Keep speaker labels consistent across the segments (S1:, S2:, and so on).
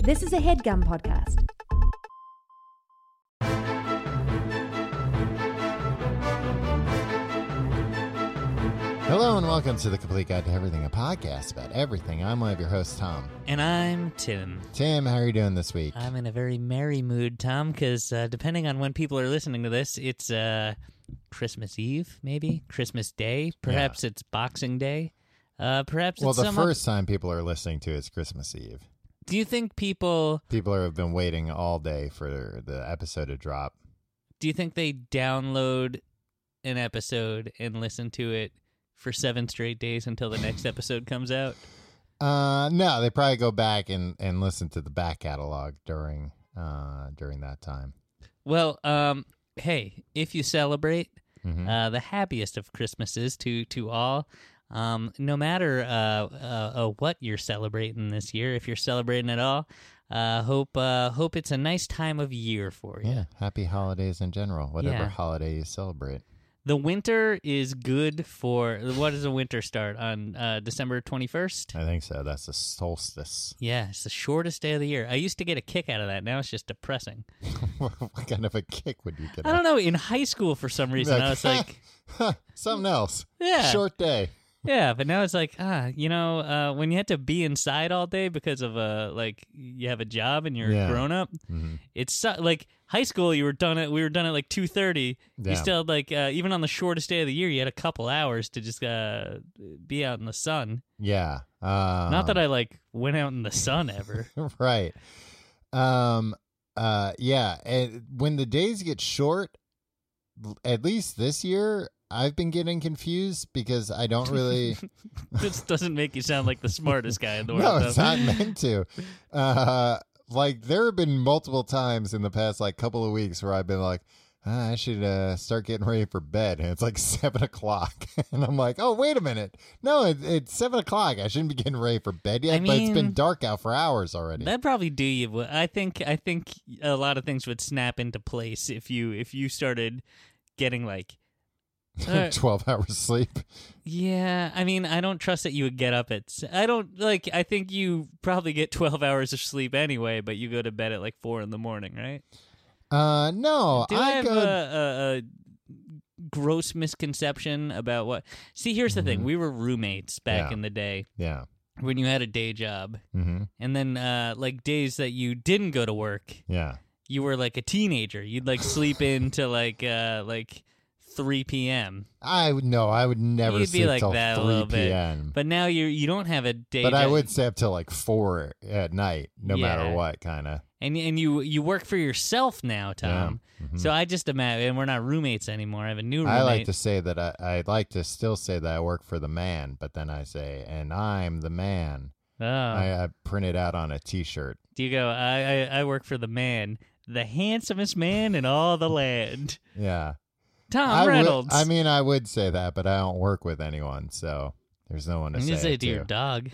S1: This is a headgum podcast.
S2: Hello and welcome to the Complete Guide to Everything, a podcast about everything. I'm one of your hosts, Tom.
S3: And I'm Tim.
S2: Tim, how are you doing this week?
S3: I'm in a very merry mood, Tom, because uh, depending on when people are listening to this, it's uh, Christmas Eve, maybe Christmas Day, perhaps it's Boxing Day, uh, perhaps
S2: well,
S3: it's
S2: the
S3: some o-
S2: first time people are listening to is Christmas Eve.
S3: Do you think people?
S2: People have been waiting all day for the episode to drop.
S3: Do you think they download an episode and listen to it for seven straight days until the next episode comes out?
S2: Uh, no, they probably go back and, and listen to the back catalog during uh, during that time.
S3: Well, um, hey, if you celebrate
S2: Mhm.
S3: uh, the happiest of Christmases to to all, um, no matter uh, uh, uh, what you're celebrating this year, if you're celebrating at all, uh, hope uh, hope it's a nice time of year for you.
S2: Yeah, happy holidays in general, whatever
S3: Yeah.
S2: holiday you celebrate.
S3: The winter is good for what does the winter start on uh, December twenty first?
S2: I think so. That's the solstice.
S3: Yeah, it's the shortest day of the year. I used to get a kick out of that. Now it's just depressing.
S2: what kind of a kick would you get?
S3: I don't know. In high school, for some reason, I was like,
S2: Something else.
S3: Yeah.
S2: Short day.
S3: Yeah, but now it's like, ah, you know, uh, when you have to be inside all day because of uh, like you have a job and you're
S2: Yeah.
S3: grown up,
S2: Mhm.
S3: it's su- like high school. You were done at we were done at like two thirty.
S2: Yeah.
S3: You still had like uh, even on the shortest day of the year, you had a couple hours to just uh, be out in the sun.
S2: Yeah. Um,
S3: Not that I like went out in the sun ever.
S2: right. Um. Uh. Yeah. And when the days get short, l- at least this year, I've been getting confused because I don't really.
S3: this doesn't make you sound like the smartest guy in the world.
S2: no, it's
S3: though.
S2: not meant to. Uh. Like there have been multiple times in the past like couple of weeks where I've been like. "Ah, I should uh, start getting ready for bed, and it's like seven o'clock, and I'm like, "Oh, wait a minute! No, it, it's seven o'clock. I shouldn't be getting ready for bed yet,
S3: I
S2: but it's been
S3: mean-
S2: dark out for hours already."
S3: That probably do you. well, I think I think a lot of things would snap into place if you if you started getting like. uh,
S2: Twelve hours sleep.
S3: yeah, I mean, I don't trust that you would get up at. s- I don't like. I think you probably get twelve hours of sleep anyway, but you go to bed at like four in the morning, right?
S2: Uh, no,
S3: Do I,
S2: I,
S3: have
S2: go.
S3: a, a, a gross misconception about what? See, here's the thing: we were roommates
S2: Mm-hmm.
S3: back
S2: Yeah.
S3: in the day
S2: yeah.
S3: when you had a day job,
S2: Mm-hmm.
S3: and then uh, like days that you didn't go to work.
S2: Yeah.
S3: you were like a teenager. You'd like sleep in to like uh like 3
S2: Mm.
S3: p.m.
S2: I would no. I would never
S3: You'd be
S2: sleep
S3: like
S2: till
S3: that a
S2: three
S3: little bit,
S2: p.m.
S3: But now you you don't have a day.
S2: But I
S3: job.
S2: would stay up till like four at night, no matter
S3: Yeah.
S2: what, kind of.
S3: and and you you work for yourself now, Tom. So I just imagine and we're not roommates anymore. I have a new roommate.
S2: Mm-hmm. I like to say that I, I like to still say that I work for the man, but then I say, and I'm the man.
S3: oh,
S2: I, uh, I print it out on a T-shirt.
S3: do you go? I, I I work for the man, the handsomest man in all the land,
S2: Yeah,
S3: Tom
S2: I would-
S3: Oh, Reynolds.
S2: I mean, I would say that, but I don't work with anyone, so there's no one to
S3: I'm gonna
S2: say
S3: say
S2: it
S3: to your
S2: to.
S3: dog.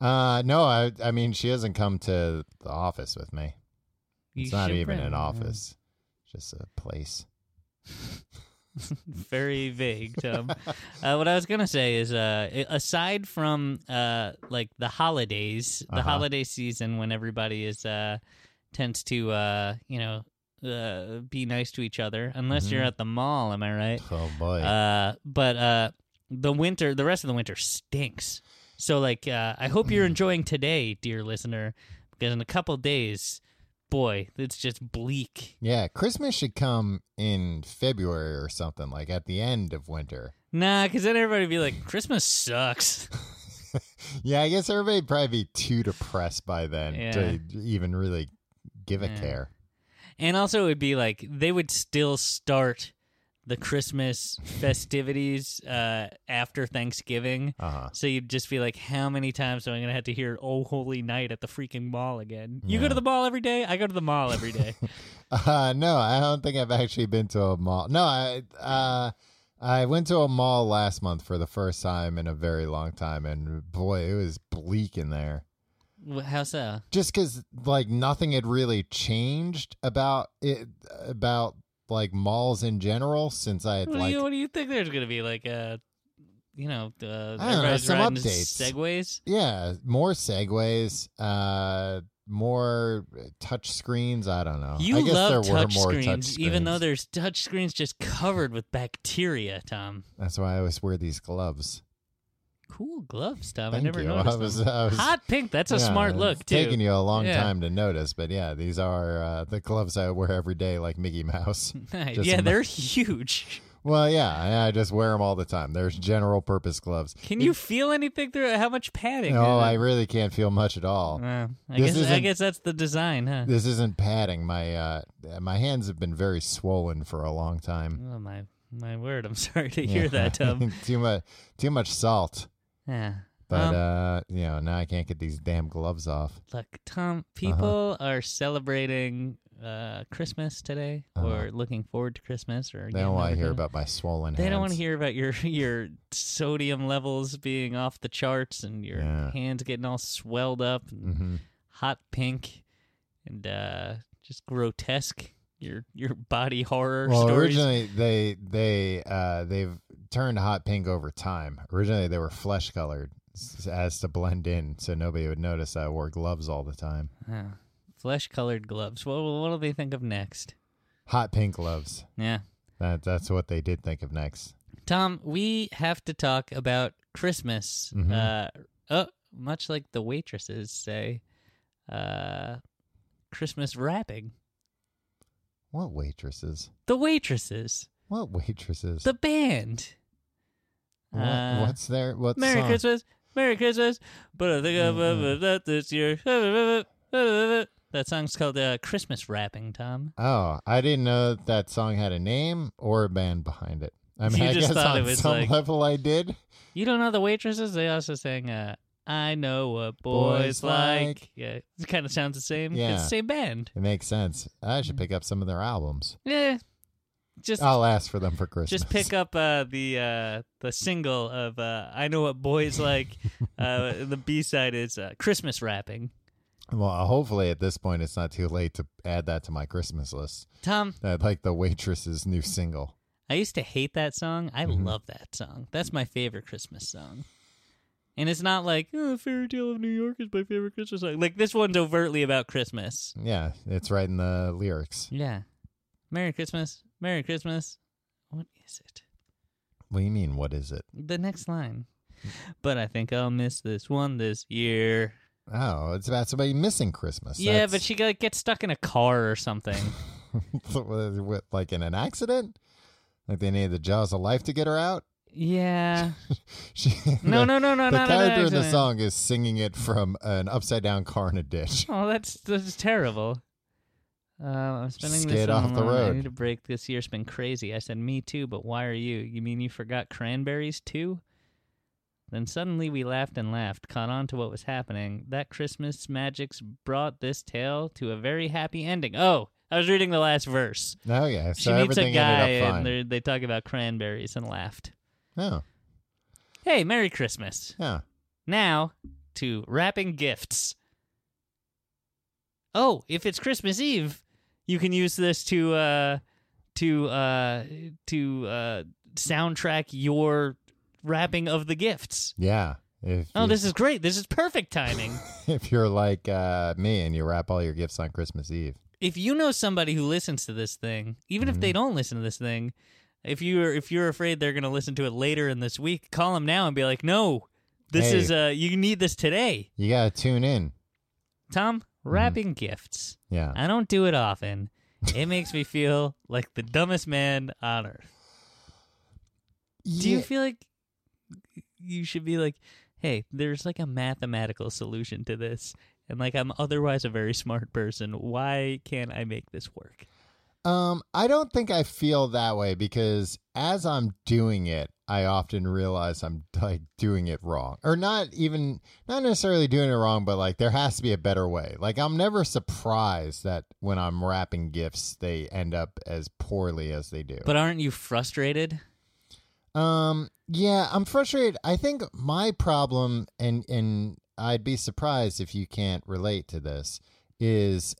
S2: Uh, no, I, I mean, she hasn't come to the office with me.
S3: You
S2: It's not
S3: should
S2: even
S3: bring-
S2: an office, it's just a place.
S3: very vague, Tom. uh, what I was gonna say is, uh, i- aside from uh, like the holidays, the
S2: Uh-huh.
S3: holiday season when everybody is uh, tends to uh, you know uh, be nice to each other, unless you're
S2: Mhm.
S3: at the mall, am I right?
S2: Oh boy.
S3: Uh, but uh, the winter, the rest of the winter stinks. So like, uh, I hope you're enjoying today, dear listener, because in a couple days, boy, it's just bleak.
S2: yeah, Christmas should come in February or something, like at the end of winter.
S3: Nah, because then everybody would be like, Christmas sucks.
S2: Yeah, I guess everybody'd probably be too depressed by then to even really give a
S3: Yeah.
S2: care.
S3: And also, it would be like they would still start the Christmas festivities uh, after Thanksgiving.
S2: Uh huh.
S3: So you'd just be like, how many times am I going to have to hear Oh Holy Night at the freaking mall again? You
S2: Yeah.
S3: go to the mall every day? I go to the mall every day.
S2: Uh, no, I don't think I've actually been to a mall. No, I uh, I went to a mall last month for the first time in a very long time, and boy, it was bleak in there.
S3: Wh- how so?
S2: just because like nothing had really changed about it about like malls in general since i had
S3: What, do
S2: like
S3: you, what do you think there's going to be? Like a uh, you know, uh,
S2: know,
S3: everybody's
S2: some
S3: riding
S2: updates.
S3: Segways.
S2: Yeah, more segues, uh, more touch screens. I don't know.
S3: You
S2: Oh, I guess there
S3: love
S2: were
S3: touch
S2: more
S3: screens,
S2: touch screens,
S3: even though there's touch screens just covered with bacteria. Tom,
S2: that's why I always wear these gloves.
S3: cool gloves, Tom.
S2: Thank
S3: I never
S2: you.
S3: noticed.
S2: I was,
S3: them.
S2: I was
S3: Hot pink. That's a
S2: yeah,
S3: smart look
S2: it's
S3: too.
S2: Taking you a long
S3: Yeah.
S2: time to notice, but yeah, these are uh, the gloves I wear every day, like Mickey Mouse.
S3: Nice.
S2: Just
S3: yeah,
S2: a-
S3: they're huge.
S2: Well, yeah, I- I just wear them all the time. They're general purpose gloves.
S3: Can you feel anything through it? How much padding?
S2: No, Oh, I
S3: is
S2: really can't feel much at all.
S3: it? Uh, I
S2: this
S3: guess I
S2: isn't-
S3: guess that's the design, huh?
S2: This isn't padding. My uh, my hands have been very swollen for a long time.
S3: Oh my my word! I'm sorry to hear that, um, Tom.
S2: too much, too much salt.
S3: Yeah.
S2: But
S3: Um,
S2: uh, you know, now I can't get these damn gloves off.
S3: Look,
S2: uh-huh.
S3: Tom, people are celebrating uh, Christmas today or looking forward to Christmas or
S2: Uh-huh. They
S3: getting
S2: don't want
S3: over
S2: to hear
S3: Christmas.
S2: about my swollen
S3: They
S2: hands.
S3: don't want to hear about your your sodium levels being off the charts and your
S2: Yeah.
S3: hands getting all swelled up and
S2: hmm
S3: hot pink and uh, just grotesque your your body horror
S2: Well,
S3: stories.
S2: originally they they uh, they've turned hot pink over time. Originally they were flesh colored s- as to blend in, so nobody would notice I wore gloves all the time.
S3: Flesh colored gloves. What what do they think of next?
S2: Hot pink gloves.
S3: Yeah.
S2: That that's what they did think of next.
S3: Tom, we have to talk about Christmas.
S2: Mhm.
S3: Uh, oh, much like the waitresses say, uh, Christmas wrapping.
S2: What waitresses?
S3: The waitresses,
S2: What waitresses?
S3: the band.
S2: What-
S3: uh,
S2: what's their what
S3: Merry
S2: song? Mm-hmm.
S3: Christmas, Merry Christmas, but I think I'm
S2: Mm-mm.
S3: that this year. That song's called uh, Christmas Wrapping, Tom.
S2: Oh, I didn't know that, that song had a name or a band behind it. I mean,
S3: You
S2: I
S3: just
S2: guess
S3: thought
S2: on
S3: it was
S2: some
S3: like-
S2: level I did.
S3: You don't know the waitresses? They also sang, uh, I know what boys,
S2: Boys
S3: like.
S2: like.
S3: Yeah, it kind of sounds the same.
S2: Yeah.
S3: It's the same band.
S2: It makes sense. I should pick up some of their albums.
S3: Yeah. Just
S2: I'll ask for them for Oh, Christmas.
S3: just pick up uh, the uh, the single of uh, I know what boys like. uh, the B side is uh, Christmas wrapping.
S2: Well, hopefully at this point it's not too late to add that to my Christmas list.
S3: Tom,
S2: I'd like the waitress's new single.
S3: I used to hate that song. I
S2: Mhm.
S3: love that song. That's my favorite Christmas song. And it's not like oh, Fairy Tale of New York is my favorite Christmas song. Like this one's overtly about Christmas.
S2: Yeah, it's right in the lyrics.
S3: Yeah. Merry Christmas. Merry Christmas. What is it?
S2: What do you mean? What is it?
S3: The next line. But I think I'll miss this one this year.
S2: Oh, it's about somebody missing Christmas.
S3: Yeah, but she got, gets stuck in a car or something.
S2: she like in an accident. Like they needed the jaws of life to get her out.
S3: yeah.
S2: She
S3: No, no, no, no,
S2: The
S3: not an
S2: character in the
S3: accident.
S2: song is singing it from an upside down car in a ditch.
S3: Oh, that's that's terrible. Uh, I'm spending
S2: Just
S3: this
S2: get
S3: on
S2: off the
S3: loan. I
S2: road.
S3: need a break. This year's been crazy. I said, "Me too," but why are you? You mean you forgot cranberries too? Then suddenly we laughed and laughed, caught on to what was happening. That Christmas magics brought this tale to a very happy ending. Oh, I was reading the last verse.
S2: Oh yeah, so
S3: she meets a
S2: everything
S3: guy
S2: ended up
S3: and
S2: fine.
S3: they're- they talk about cranberries and laughed.
S2: Oh,
S3: Hey, Merry Christmas!
S2: yeah.
S3: Now to wrapping gifts. Oh, if it's Christmas Eve, you can use this to uh to uh to uh soundtrack your wrapping of the gifts.
S2: Yeah. If
S3: Oh,
S2: you-
S3: this is great. This is perfect timing.
S2: if you're like uh, me and you wrap all your gifts on Christmas Eve.
S3: if you know somebody who listens to this thing, even if they
S2: Mm-hmm.
S3: don't listen to this thing, if you're if you're afraid they're going to listen to it later in this week, call them now and be like, "No, this
S2: Hey.
S3: is uh you need this today."
S2: You gotta tune in.
S3: Tom,
S2: Mm-hmm.
S3: wrapping gifts.
S2: Yeah.
S3: I don't do it often. It makes me feel like the dumbest man on earth. Do you feel like you should be like, hey, there's like a mathematical solution to this, and like I'm otherwise a very smart person. Why can't I make this work?
S2: um, I don't think I feel that way because as I'm doing it, I often realize I'm like doing it wrong, or not even not necessarily doing it wrong, but like there has to be a better way. Like I'm never surprised that when I'm wrapping gifts, they end up as poorly as they do.
S3: But aren't you frustrated?
S2: Um, yeah, I'm frustrated. I think my problem, and and I'd be surprised if you can't relate to this, is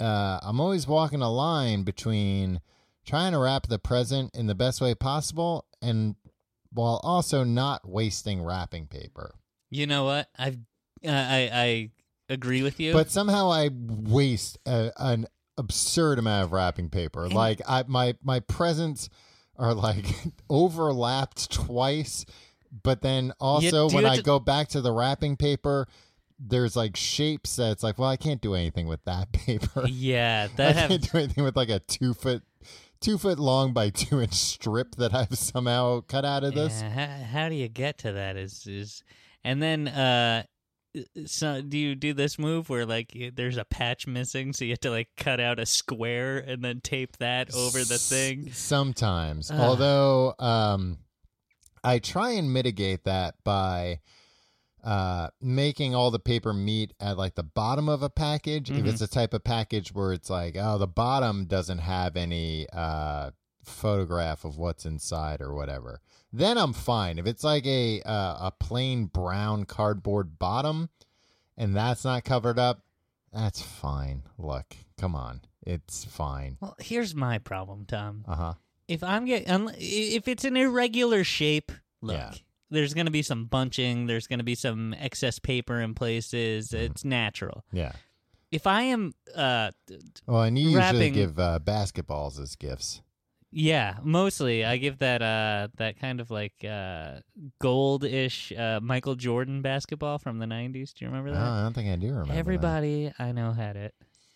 S2: uh, I'm always walking a line between trying to wrap the present in the best way possible and while also not wasting wrapping paper.
S3: You know what? I've uh, I I agree with you.
S2: But somehow I waste a, an absurd amount of wrapping paper. Like I my my presents are like overlapped twice, but then also
S3: do
S2: when
S3: have
S2: I
S3: to-
S2: go back to the wrapping paper, there's like shapes that it's like, well, I can't do anything with that paper.
S3: yeah,
S2: I
S3: that have
S2: can't do anything with like a two foot two foot long by two inch strip that I've somehow cut out of this.
S3: Yeah, ho- how, do you get to that? Is is and then uh, so do you do this move where like y- there's a patch missing, so you have to like cut out a square and then tape that over the
S2: S-
S3: thing?
S2: Sometimes,
S3: Ugh.
S2: although um, I try and mitigate that by uh, making all the paper meet at like the bottom of a package. If
S3: Mhm.
S2: it's a type of package where it's like, oh, the bottom doesn't have any uh, photograph of what's inside or whatever, then I'm fine. If it's like a uh, a plain brown cardboard bottom, and that's not covered up, that's fine. Look, come on, it's fine.
S3: Well, here's my problem, Tom.
S2: Uh huh.
S3: If I'm get unle- if it's an irregular shape, look.
S2: Yeah.
S3: There's going to be some bunching. There's going to be some excess paper in places. It's natural.
S2: Yeah.
S3: If I am uh,
S2: Well, and you usually
S3: Wrapping-
S2: give uh, basketballs as gifts.
S3: Yeah, mostly I give that uh that kind of like uh gold-ish uh Michael Jordan basketball from the 90s. Do you remember
S2: Oh,
S3: that?
S2: I don't think I do remember. that.
S3: Everybody I know had it.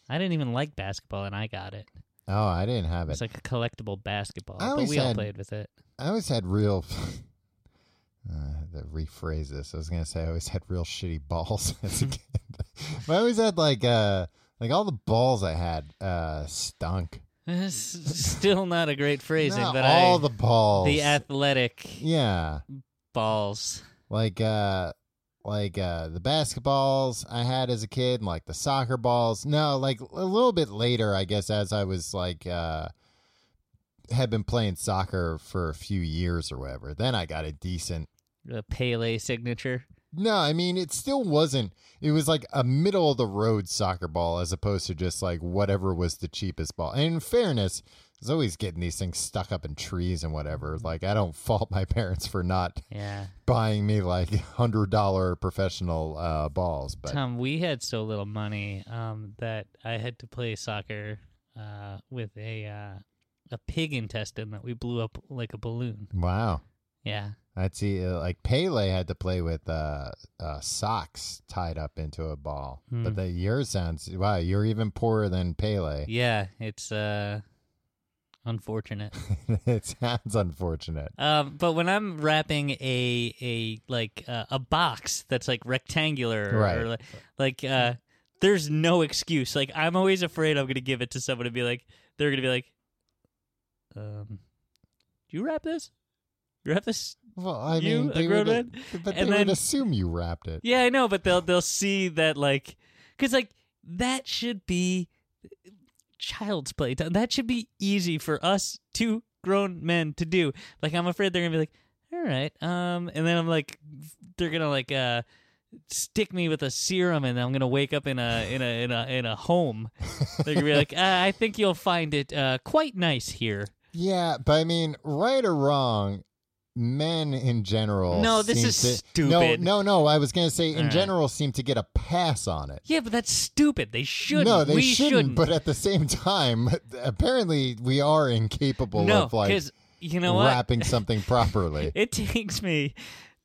S3: I didn't even like basketball and I got it.
S2: Oh, I didn't have it.
S3: It's like a collectible basketball,
S2: I
S3: but
S2: always
S3: we all
S2: had-
S3: played with it.
S2: I always had real. Uh, to rephrase this, I was gonna say I always had real shitty balls as a kid. but I always had like uh like all the balls I had uh stunk.
S3: It's still not a great phrasing,
S2: Not
S3: but
S2: all
S3: I
S2: the balls.
S3: the athletic
S2: yeah,
S3: balls.
S2: like uh like uh the basketballs I had as a kid and like the soccer balls. No, like a little bit later I guess as I was like uh had been playing soccer for a few years or whatever. Then I got a decent
S3: The Pele signature.
S2: no, I mean it still wasn't. It was like a middle of the road soccer ball as opposed to just like whatever was the cheapest ball. And in fairness, I was always getting these things stuck up in trees and whatever. Like I don't fault my parents for not
S3: Yeah.
S2: buying me like hundred dollar professional uh, balls. But
S3: Tom, we had so little money um, that I had to play soccer uh, with a uh, a pig intestine that we blew up like a balloon.
S2: wow,
S3: Yeah,
S2: I'd see uh, like Pele had to play with uh, uh, socks tied up into a ball.
S3: Hmm.
S2: But the yours sounds wow, you're even poorer than Pele.
S3: yeah, it's uh, unfortunate.
S2: it sounds unfortunate.
S3: um, but when I'm wrapping a a like uh, a box that's like rectangular, or-
S2: Right.
S3: or li- like uh, there's no excuse. Like I'm always afraid I'm gonna give it to someone and be like, they're gonna be like, um, do you wrap this? You wrap this
S2: Well, I
S3: You,
S2: mean,
S3: a
S2: they
S3: grown
S2: would, but they
S3: And
S2: would
S3: then-
S2: assume you wrapped it.
S3: Yeah, I know, but they'll they'll see that like because like that should be child's play. That should be easy for us two grown men to do. Like I'm afraid they're gonna be like, all right, um, and then I'm like, they're gonna like uh stick me with a serum, and I'm gonna wake up in a in a in a in a home. They're gonna be like, uh, I think you'll find it uh quite nice here.
S2: Yeah, but I mean, right or wrong, men in general.
S3: No, this
S2: seem
S3: is
S2: to-
S3: stupid.
S2: No, no, no. I was gonna say, in
S3: All right.
S2: general, seem to get a pass on it.
S3: Yeah, but that's stupid. They shouldn't.
S2: No, they
S3: we
S2: shouldn't, But at the same time, apparently we are incapable
S3: no,
S2: of like
S3: because you know what?
S2: wrapping something properly.
S3: It takes me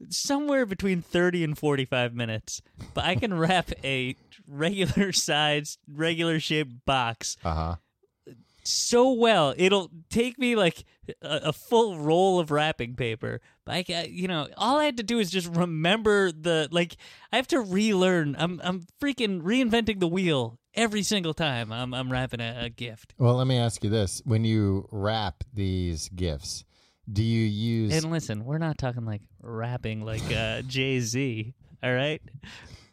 S3: somewhere between 30 and 45 minutes, but I can wrap a regular size, regular shaped box
S2: Uh huh.
S3: so well. It'll take me like a, a full roll of wrapping paper. But I, ca- you know, all I had to do is just remember the like. I have to relearn. I'm I'm freaking reinventing the wheel every single time. I'm I'm wrapping a, a gift.
S2: Well, let me ask you this: When you wrap these gifts, do you use?
S3: And listen, we're not talking like rapping like uh, Jay Z. All right,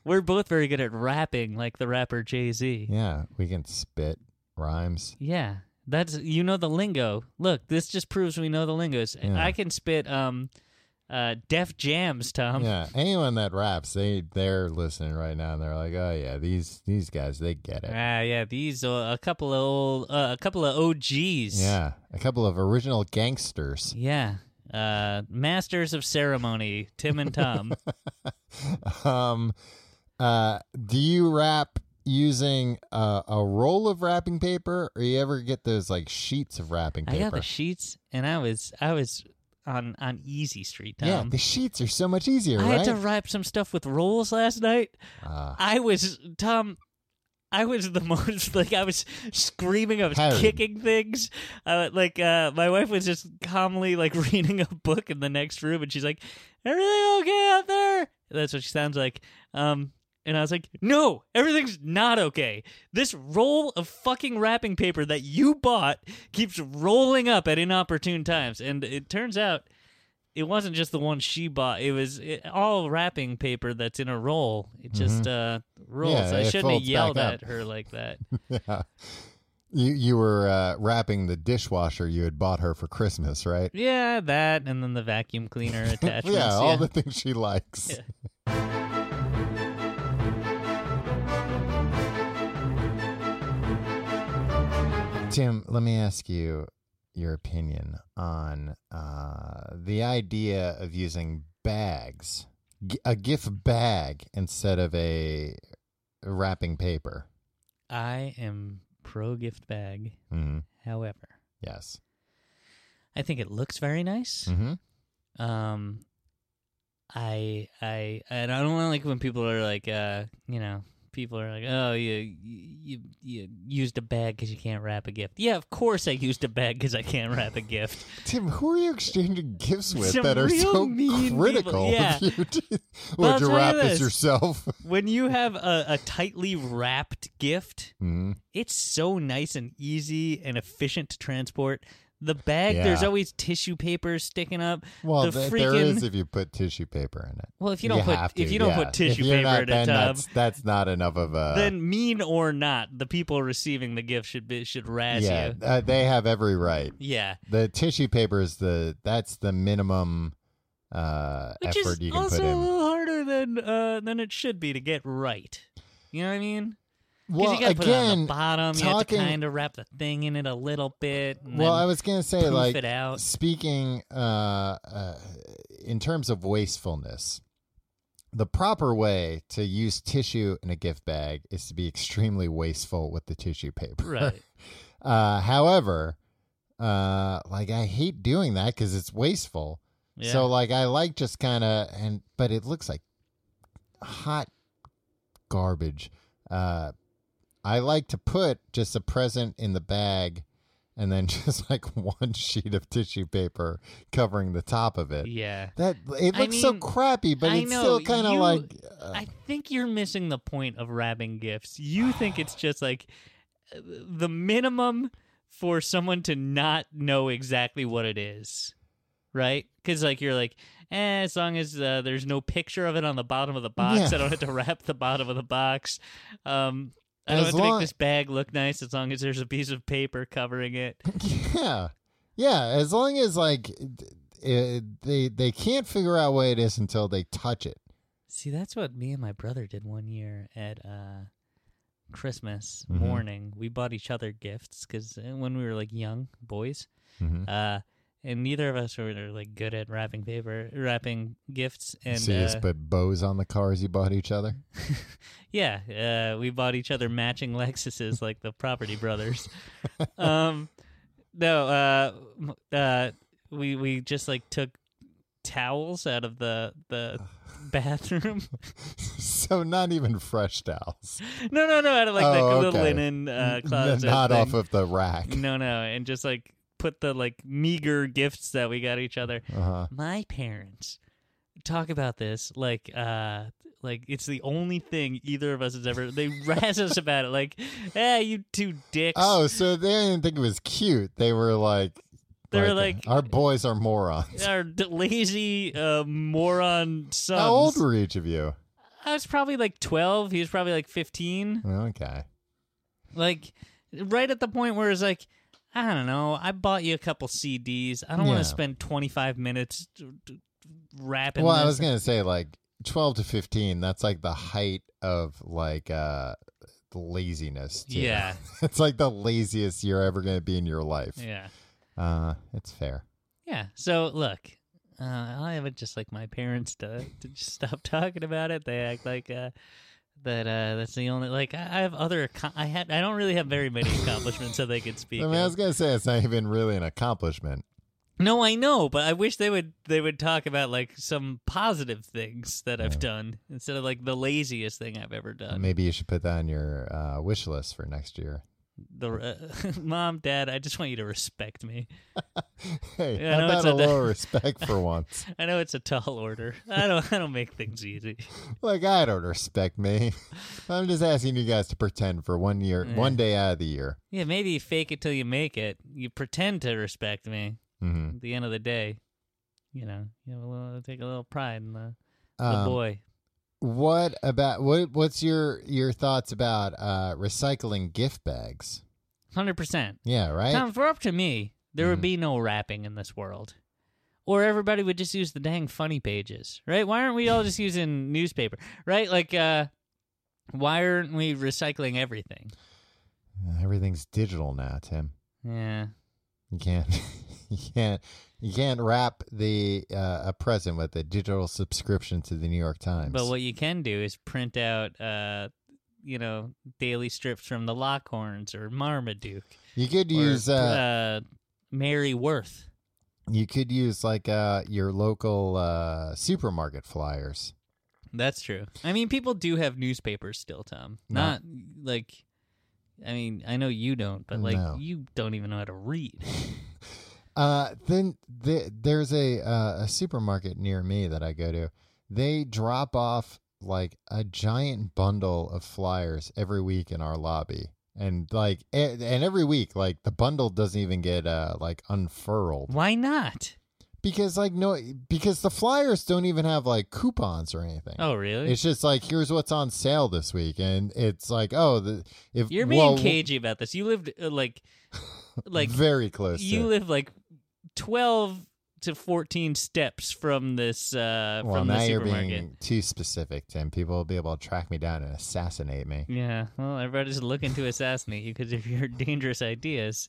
S3: we're both very good at rapping like the rapper Jay Z. Yeah.
S2: yeah, we can spit rhymes.
S3: that's you know the lingo. Look, this just proves we know the lingos.
S2: Yeah.
S3: I can spit um, uh, Def Jams, Tom.
S2: yeah, anyone that raps, they they're listening right now, and they're like, "Oh yeah, these these guys, they get it."
S3: Ah, yeah, these are a couple of old, uh, a couple of OGs.
S2: Yeah, a couple of original gangsters.
S3: yeah. Uh, masters of ceremony, Tim and Tom.
S2: um, uh, do you wrap using uh, a roll of wrapping paper, or you ever get those like sheets of wrapping
S3: I
S2: paper?
S3: got the sheets, and I was I was on on easy street,
S2: yeah,
S3: Tom.
S2: the sheets are so much easier,
S3: I
S2: right?
S3: had to wrap some stuff with rolls last night.
S2: Ah.
S3: I was Tom. I was the most like I was screaming. I was
S2: Harried.
S3: kicking things. Uh, like uh, my wife was just calmly like reading a book in the next room, and she's like, "Everything okay out there?" That's what she sounds like. Um, and I was like, "No, everything's not okay. This roll of fucking wrapping paper that you bought keeps rolling up at inopportune times." And it turns out it wasn't just the one she bought. It was it, all wrapping paper that's in a roll. It just uh, rolls.
S2: Mm-hmm. Yeah,
S3: I
S2: it
S3: shouldn't have
S2: folds back
S3: yelled
S2: up.
S3: at her like that.
S2: yeah. You you were uh, wrapping the dishwasher you had bought her for Christmas, right?
S3: yeah, that, and then the vacuum cleaner attachments.
S2: yeah, all the things she likes.
S3: Yeah.
S2: Tim, let me ask you your opinion on uh, the idea of using bags, g- a gift bag instead of a wrapping paper.
S3: I am pro gift bag.
S2: hmm
S3: However,
S2: Yes.
S3: I think it looks very nice.
S2: Mm-hmm.
S3: Um, I I and I don't like when people are like, uh, you know, people are like, oh, you you you used a bag because you can't wrap a gift. Yeah, of course I used a bag because I can't wrap a gift.
S2: Tim, who are you exchanging gifts with
S3: Some
S2: that are
S3: real
S2: so
S3: mean
S2: critical?
S3: people, yeah.
S2: of you to-
S3: Well, I'll
S2: Would you
S3: tell you
S2: wrap this
S3: this.
S2: yourself?
S3: when you have a, a tightly wrapped gift,
S2: Mhm.
S3: it's so nice and easy and efficient to transport. The bag, there's
S2: Yeah.
S3: always tissue paper sticking up.
S2: Well,
S3: the
S2: th-
S3: freaking
S2: there is if you put tissue paper in it.
S3: well, if you don't put
S2: have to,
S3: if you don't
S2: yeah.
S3: put tissue
S2: If you're
S3: paper
S2: not,
S3: in a
S2: then
S3: tub,
S2: that's, uh, that's not enough of a.
S3: then mean or not, the people receiving the gift should be, should razz
S2: yeah,
S3: you.
S2: uh, they have every right.
S3: Yeah,
S2: The tissue paper is the that's the minimum uh,
S3: which
S2: effort
S3: is
S2: you can
S3: also
S2: put
S3: a
S2: in.
S3: little harder than uh, than it should be to get right. You know what I mean? Because
S2: Well,
S3: you got to put it on the
S2: again,
S3: bottom. you have to
S2: talking-
S3: kind of wrap the thing in it a little bit. And
S2: well,
S3: then
S2: I was gonna say
S3: poof
S2: like
S3: it out.
S2: speaking uh, uh, in terms of wastefulness. The proper way to use tissue in a gift bag is to be extremely wasteful with the tissue paper.
S3: right.
S2: Uh, however, uh, like I hate doing that because it's wasteful.
S3: Yeah.
S2: So like I like just kind of and but it looks like hot garbage. Uh, I like to put just a present in the bag, and then just like one sheet of tissue paper covering the top of it.
S3: yeah.
S2: That it
S3: I
S2: looks so
S3: mean,
S2: crappy, but
S3: I
S2: it's
S3: know,
S2: still kind of
S3: you-
S2: like uh,
S3: I think you're missing the point of wrapping gifts. You think it's just like uh, the minimum for someone to not know exactly what it is, right? Because like you're like, eh, as long as uh, there's no picture of it on the bottom of the box,
S2: Yeah.
S3: I don't have to wrap the bottom of the box. Um, I don't
S2: As
S3: have to
S2: long-
S3: make this bag look nice as long as there's a piece of paper covering it.
S2: Yeah, yeah. As long as like it, they they can't figure out what it is until they touch it.
S3: See, that's what me and my brother did one year at uh, Christmas
S2: Mhm.
S3: morning. We bought each other gifts because when we were like young boys,
S2: Mm-hmm.
S3: uh, and neither of us were like good at wrapping paper, wrapping gifts, and
S2: so you
S3: uh,
S2: just put bows on the cars you bought each other.
S3: yeah, uh, we bought each other matching Lexuses like the Property Brothers. um, no, uh, m- uh, we we just like took towels out of the the bathroom
S2: so not even fresh towels.
S3: No, no, no. Out of like
S2: Oh,
S3: the little
S2: okay.
S3: linen uh,
S2: N-
S3: closet.
S2: not
S3: thing.
S2: off of the rack.
S3: No, no, and just like put the like meager gifts that we got each other.
S2: Uh-huh.
S3: My parents talk about this like uh like it's the only thing either of us has ever they razz us about it like eh you two dicks
S2: Oh, so they didn't think it was cute. They were like,
S3: They were like-
S2: our boys are morons.
S3: are d- lazy uh, moron sons
S2: How old were each of you?
S3: I was probably like 12 he was probably like 15
S2: Okay.
S3: like right at the point where it's like i don't know i bought you a couple cds i don't want
S2: Yeah.
S3: to spend 25 minutes d- d- rapping
S2: Well,
S3: this.
S2: I was gonna say like twelve to fifteen. That's like the height of like uh laziness. Too.
S3: Yeah.
S2: it's like the laziest you're ever gonna be in your life.
S3: yeah
S2: Uh, it's fair.
S3: Yeah. So look, uh, I would just like my parents to, to just stop talking about it. They act like uh, that. Uh, that's the only like I, I have other. acco- I had. I don't really have very many accomplishments that they could speak.
S2: I mean, I
S3: of.
S2: was gonna say it's not even really an accomplishment.
S3: No, I know, but I wish they would they would talk about like some positive things that I've
S2: Yeah.
S3: done instead of like the laziest thing I've ever done.
S2: Maybe you should put that on your uh, wish list for next year.
S3: The uh, mom, dad, I just want you to respect me.
S2: Hey,
S3: Yeah, I
S2: how
S3: know it's
S2: about a
S3: a-
S2: little respect for once?
S3: I know it's a tall order. I don't I don't make things easy.
S2: Like I don't respect me. I'm just asking you guys to pretend for one year,
S3: Yeah.
S2: one day out of the year.
S3: Yeah, maybe you fake it till you make it. You pretend to respect me.
S2: Mm-hmm.
S3: At the end of the day, you know, you have a little, take a little pride in the, the
S2: Um,
S3: boy.
S2: what about what? What's your your thoughts about uh, recycling gift bags?
S3: Hundred percent.
S2: Yeah, right.
S3: Tom, if it were up to me, there would
S2: Mhm.
S3: be no rapping in this world. Or everybody would just use the dang funny pages, right? Why aren't we all just using newspaper, right? Like, uh, why aren't we recycling everything?
S2: Everything's digital now, Tim.
S3: Yeah.
S2: You can't, you can't, you can't wrap the uh, a present with a digital subscription to the New York Times.
S3: But what you can do is print out, uh, you know, daily strips from the Lockhorns or Marmaduke
S2: you could
S3: or
S2: use, uh,
S3: uh, Mary Worth.
S2: you could use like uh, your local uh, supermarket flyers.
S3: That's true. I mean, people do have newspapers still, Tom.
S2: No.
S3: Not like, I mean, I know you don't, but like,
S2: No.
S3: you don't even know how to read.
S2: Uh, then the, there's a uh, a supermarket near me that I go to. They drop off like a giant bundle of flyers every week in our lobby, and like e- and every week, like the bundle doesn't even get uh like unfurled
S3: Why not?
S2: because like no because the flyers don't even have like coupons or anything.
S3: Oh, really?
S2: It's just like here's what's on sale this week, and it's like oh the if
S3: You're being
S2: well,
S3: cagey about this. You lived uh, like, like
S2: very close.
S3: you
S2: to it.
S3: live like twelve to fourteen steps from this uh
S2: well,
S3: from
S2: now
S3: the
S2: you're
S3: supermarket.
S2: being too specific, Tim. People will be able to track me down and assassinate me.
S3: Yeah, well, everybody's looking to assassinate you because of your dangerous ideas.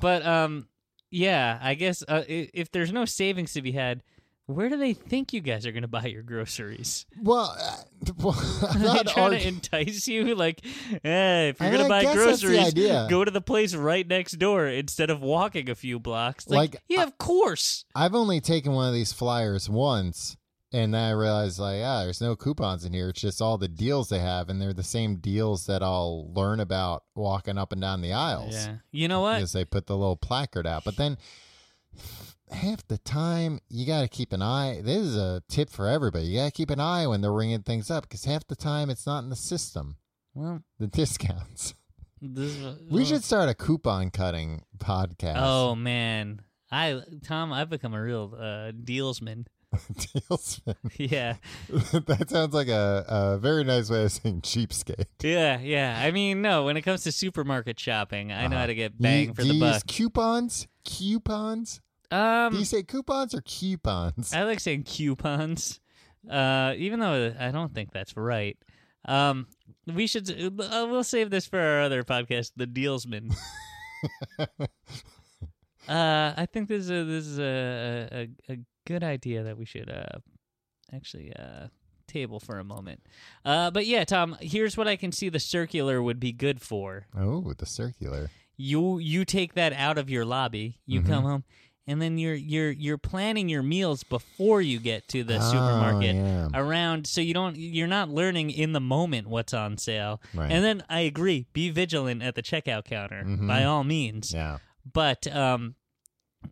S3: But um, yeah, I guess uh, i- if there's no savings to be had, where do they think you guys are going to buy your groceries?
S2: Well, uh, well,
S3: Are
S2: I'm
S3: they
S2: not
S3: trying to
S2: arguing.
S3: entice you? Like, eh, if you're
S2: I
S3: going
S2: mean,
S3: to
S2: I
S3: buy
S2: guess that's the
S3: groceries,
S2: idea.
S3: go to the place right next door instead of walking a few blocks. Like,
S2: Like, uh,
S3: yeah, of course.
S2: I've only taken one of these flyers once, and then I realized like, ah, there's no coupons in here. It's just all the deals they have, and they're the same deals that I'll learn about walking up and down the aisles.
S3: Yeah. You know what?
S2: because they put the little placard out. But then half the time you got to keep an eye. This is a tip for everybody. You got to keep an eye when they're ringing things up because half the time it's not in the system.
S3: Well,
S2: The discounts.
S3: this is,
S2: We should start a coupon cutting podcast.
S3: Oh man, I Tom, I've become a real uh, dealsman.
S2: Dealsman.
S3: Yeah,
S2: that sounds like a, a very nice way of saying cheapskate.
S3: yeah, yeah. I mean, no. When it comes to supermarket shopping, I know how to get
S2: You-
S3: bang for
S2: do
S3: the
S2: you use
S3: buck.
S2: coupons? Coupons? do
S3: Um, uh,
S2: you say coupons or coupons?
S3: I like saying coupons, uh, even though I don't think that's right. Um, we should. Uh, we'll save this for our other podcast, the Dealsman. uh, I think this is a, this is a, a a good idea that we should uh actually uh table for a moment. Uh, but yeah, Tom, here's what I can see the circular would be good for.
S2: oh, the circular.
S3: You you take that out of your lobby. You
S2: Mhm.
S3: come home. And then you're you're you're planning your meals before you get to the
S2: Oh,
S3: supermarket
S2: yeah.
S3: around so you don't you're not learning in the moment what's on sale
S2: Right.
S3: and then i agree be vigilant at the checkout counter
S2: Mhm.
S3: by all means
S2: yeah.
S3: but um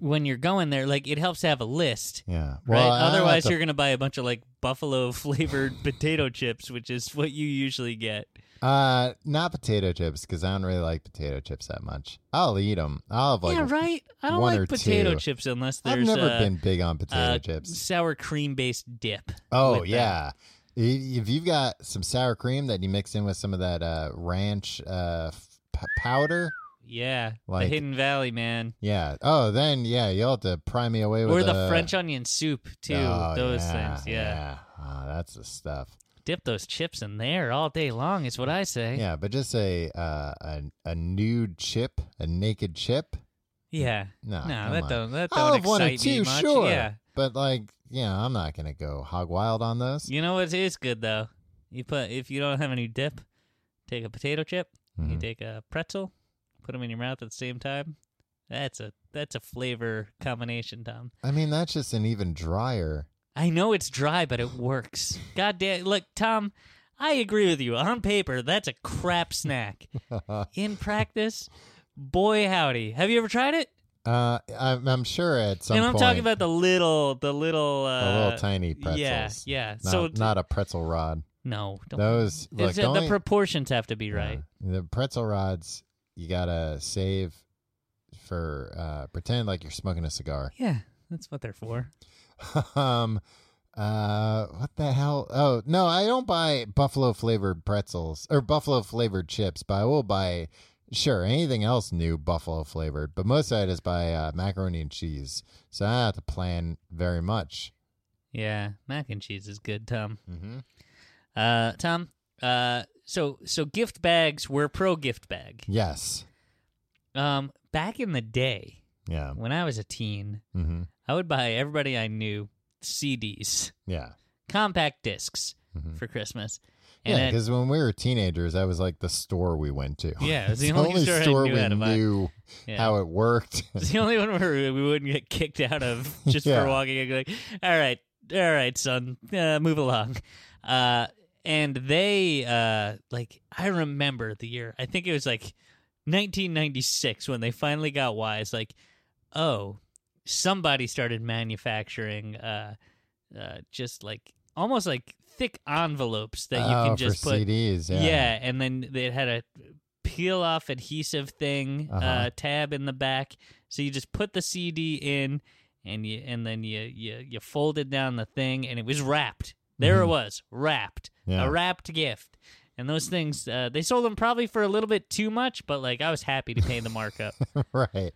S3: when you're going there like it helps to have a list
S2: Yeah.
S3: right
S2: Well, uh, I don't have
S3: otherwise
S2: to-
S3: you're gonna buy a bunch of like buffalo flavored potato chips which is what you usually get
S2: Uh, not potato chips because I don't really like potato chips that much. I'll eat them. I'll have like.
S3: yeah right i don't
S2: one or
S3: like potato
S2: two.
S3: chips unless
S2: I've
S3: there's
S2: never
S3: uh,
S2: been big on potato
S3: uh,
S2: chips.
S3: sour cream based dip
S2: Oh
S3: with that.
S2: yeah. I- If you've got some sour cream that you mix in with some of that uh, ranch uh, f- p- powder,
S3: yeah
S2: Like-
S3: the hidden valley man
S2: yeah. Oh, then yeah, you'll have to pry me away with
S3: or the
S2: a-
S3: French onion soup too.
S2: Oh,
S3: those
S2: yeah,
S3: things, yeah.
S2: Ah, that's the stuff.
S3: Dip those chips in there all day long is what I say.
S2: Yeah, but just a uh, a a nude chip, a naked chip.
S3: Yeah.
S2: No,
S3: no,
S2: come
S3: that
S2: on.
S3: don't that
S2: I'll
S3: don't
S2: have one or
S3: excite me
S2: two,
S3: much.
S2: sure.
S3: Yeah.
S2: But like, yeah, I'm not gonna go hog wild on those.
S3: You know what is good though? You put if you don't have any dip, take a potato chip. You
S2: Mhm.
S3: take a pretzel, put them in your mouth at the same time. That's a that's a flavor combination, Tom.
S2: I mean, that's just an even drier.
S3: I know it's dry, but it works. God damn! Look, Tom, I agree with you. On paper, that's a crap snack. In practice, boy howdy, have you ever tried it?
S2: Uh, I'm, I'm sure at some
S3: and I'm
S2: point,
S3: talking about the little, the little,
S2: the
S3: uh,
S2: little tiny pretzels.
S3: yeah, yeah.
S2: Not,
S3: so
S2: not a pretzel rod.
S3: no, don't,
S2: Those look,
S3: it's, uh,
S2: only-
S3: the proportions have to be
S2: yeah.
S3: right.
S2: The pretzel rods you gotta save for uh, pretend like you're smoking a cigar.
S3: Yeah, that's what they're for.
S2: um, uh, what the hell? Oh no, I don't buy buffalo flavored pretzels or buffalo flavored chips, but I will buy sure anything else new buffalo flavored. But most of it is by uh, macaroni and cheese, so I don't have to plan very much.
S3: Yeah, mac and cheese is good, Tom.
S2: Mm-hmm.
S3: Uh, Tom, uh, so so gift bags were pro gift bag.
S2: Yes.
S3: Um, back in the day
S2: Yeah.
S3: when I was a teen,
S2: Mm-hmm.
S3: I would buy everybody I knew CDs,
S2: Yeah.
S3: compact discs
S2: Mm-hmm.
S3: for Christmas.
S2: Yeah,
S3: then-
S2: because when we were teenagers, that was like the store we went to.
S3: yeah, it was
S2: It's
S3: the only, store, I knew
S2: we
S3: how to buy.
S2: knew
S3: Yeah.
S2: how it worked.
S3: it was the only one where we wouldn't get kicked out of just
S2: Yeah.
S3: for walking in. Like, all right, all right, son, uh, move along. Uh, and they, uh, like, I remember the year. I think it was like 1996 when they finally got wise. Like, oh, somebody started manufacturing, uh, uh, just like almost like thick envelopes that you
S2: Oh,
S3: can just
S2: for
S3: put
S2: CDs. Yeah.
S3: yeah. and then they had a peel off adhesive thing uh
S2: Uh-huh.
S3: tab in the back, so you just put the CD in, and you and then you you you folded down the thing, and it was wrapped. There it
S2: Mhm.
S3: was, wrapped,
S2: Yeah.
S3: a wrapped gift. And those things, uh, they sold them probably for a little bit too much, but like I was happy to pay the markup.
S2: right.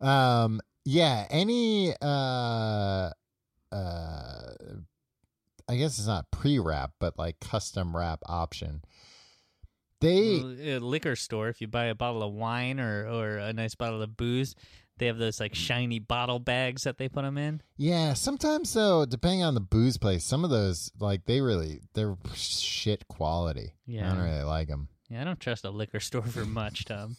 S2: Um yeah, any uh uh I guess it's not pre-wrap but like custom wrap option. They
S3: L- uh, liquor store, if you buy a bottle of wine or or a nice bottle of booze, they have those like shiny bottle bags that they put them in.
S2: yeah, sometimes though depending on the booze place, some of those like they really they're shit quality. I
S3: Yeah.
S2: don't really like them.
S3: Yeah, I don't trust a liquor store for much, Tom.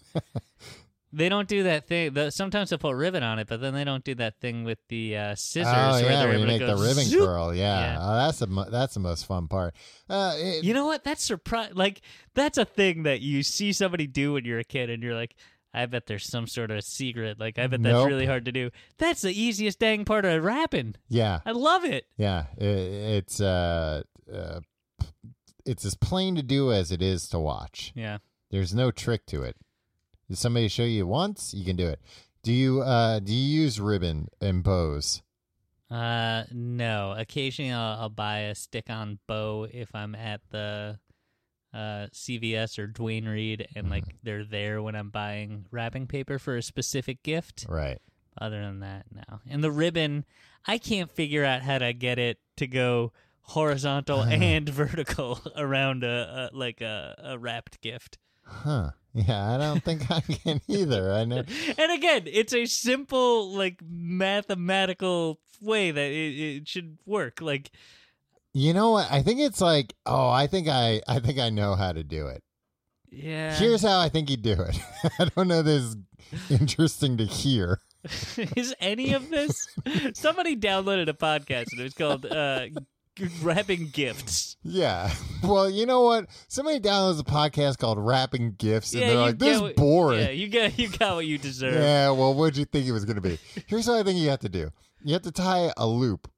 S3: they don't do that thing. The, sometimes they'll put ribbon on it, but then they don't do that thing with the uh, scissors
S2: Oh
S3: where
S2: yeah,
S3: they're
S2: where
S3: able
S2: you
S3: to
S2: make
S3: go
S2: the ribbon
S3: zoop.
S2: curl. Yeah,
S3: Yeah.
S2: Oh, that's the mo- that's the most fun part. Uh, it,
S3: You know what? That's surprise. Like that's a thing that you see somebody do when you're a kid, and you're like, I bet there's some sort of secret. Like I bet that's
S2: Nope.
S3: really hard to do. That's the easiest dang part of rapping.
S2: yeah,
S3: I love it.
S2: Yeah, i it's uh, uh, p- it's as plain to do as it is to watch.
S3: Yeah.
S2: There's no trick to it. If somebody show you once, you can do it. Do you uh do you use ribbon and bows?
S3: Uh, no. Occasionally, I'll, I'll buy a stick-on bow if I'm at the uh, CVS or Dwayne Reed, and like they're there when I'm buying wrapping paper for a specific gift.
S2: Right.
S3: Other than that, no. And the ribbon, I can't figure out how to get it to go horizontal and vertical around a, a like a, a wrapped gift.
S2: Huh. Yeah, I don't think I can either. I know.
S3: And again, it's a simple like mathematical way that it, it should work. Like
S2: You know what? I think it's like, oh, I think I I think I know how to do it.
S3: yeah.
S2: Here's how I think you do it. I don't know this is interesting to hear.
S3: Is any of this? Somebody downloaded a podcast and it was called uh, G- Wrapping Gifts.
S2: Yeah. Well, you know what? Somebody downloads a podcast called Wrapping Gifts and
S3: Yeah,
S2: they're
S3: you
S2: like,
S3: get
S2: this
S3: what-
S2: is boring.
S3: Yeah, you got you got what you deserve.
S2: Yeah, well, what'd you think it was going to be? Here's what I think you have to do: you have to tie a loop,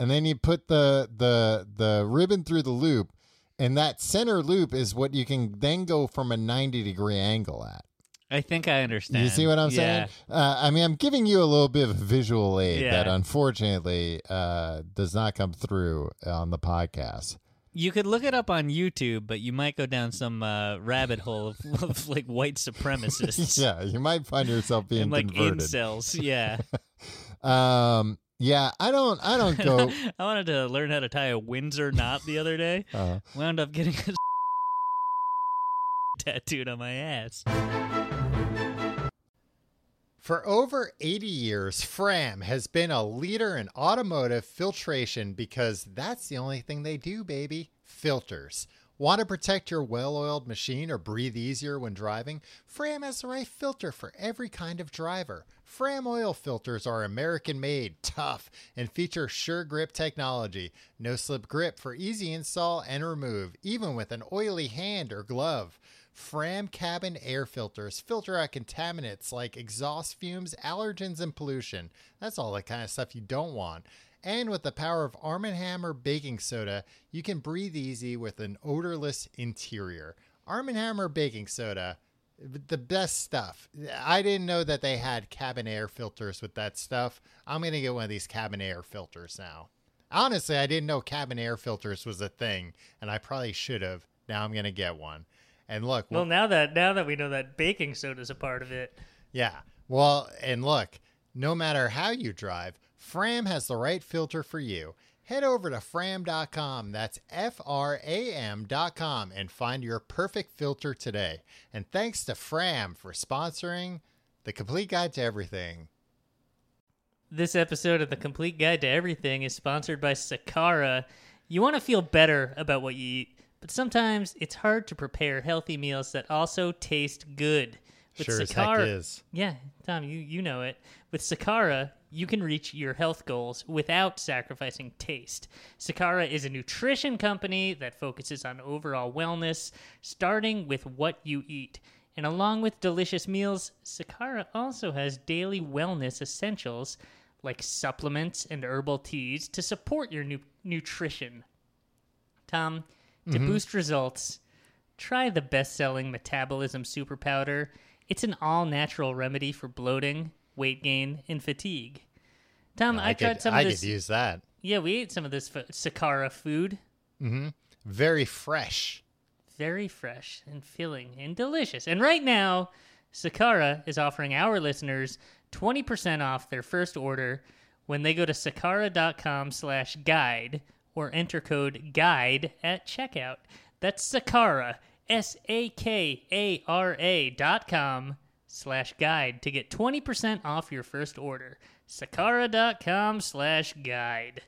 S2: and then you put the the the ribbon through the loop, and that center loop is what you can then go from a ninety degree angle at.
S3: I think I understand.
S2: You see what I'm
S3: Yeah.
S2: saying? Uh, I mean, I'm giving you a little bit of visual aid
S3: Yeah.
S2: that unfortunately uh, does not come through on the podcast.
S3: You could look it up on YouTube, but you might go down some uh, rabbit hole of, of like white supremacists
S2: Yeah, you might find yourself being
S3: and like
S2: converted.
S3: incels. Yeah,
S2: Um, yeah, I don't, I don't go.
S3: I wanted to learn how to tie a Windsor knot the other day.
S2: Uh,
S3: Wound up getting a tattooed on my ass.
S2: For over 80 years, Fram has been a leader in automotive filtration because that's the only thing they do, baby. Filters. Want to protect your well oiled machine or breathe easier when driving? Fram has the right filter for every kind of driver. Fram oil filters are American made, tough, and feature sure grip technology. No slip grip for easy install and remove, even with an oily hand or glove. Fram cabin air filters filter out contaminants like exhaust fumes, allergens, and pollution. That's all the kind of stuff you don't want. And with the power of Arm & Hammer baking soda, you can breathe easy with an odorless interior. Arm & Hammer baking soda, the best stuff. I didn't know that they had cabin air filters with that stuff. I'm going to get one of these cabin air filters now. Honestly, I didn't know cabin air filters was a thing, and I probably should have. Now I'm going to get one. And look,
S1: Well, now that now that we know that baking soda's a part of it,
S2: Yeah. Well, and look, no matter how you drive, Fram has the right filter for you. Head over to fram.com, that's F R A M.com, and find your perfect filter today. And thanks to Fram for sponsoring the complete guide to everything.
S1: this episode of the Complete Guide to Everything is sponsored by Sakara. You want to feel better about what you eat, but sometimes it's hard to prepare healthy meals that also taste good.
S2: Sure as heck is.
S1: Yeah, Tom, you, you know it. With Sakara, you can reach your health goals without sacrificing taste. Sakara is a nutrition company that focuses on overall wellness, starting with what you eat. And along with delicious meals, Sakara also has daily wellness essentials like supplements and herbal teas to support your nu- nutrition. Tom, to boost results, try the best selling metabolism super powder. It's an all natural remedy for bloating, weight gain, and fatigue. Tom, Um, I, tried
S2: could,
S1: some
S2: I
S1: of this.
S2: could use that.
S1: Yeah, we ate some of this f- Sakara food.
S2: Very fresh.
S1: Very fresh and filling and delicious. And right now, Sakara is offering our listeners 20% off their first order when they go to sakara.com slash guide or enter code guide at checkout. That's Sakara, S-A-K-A-R-A dot com slash guide to get 20% off your first order. Sakara.com slash guide.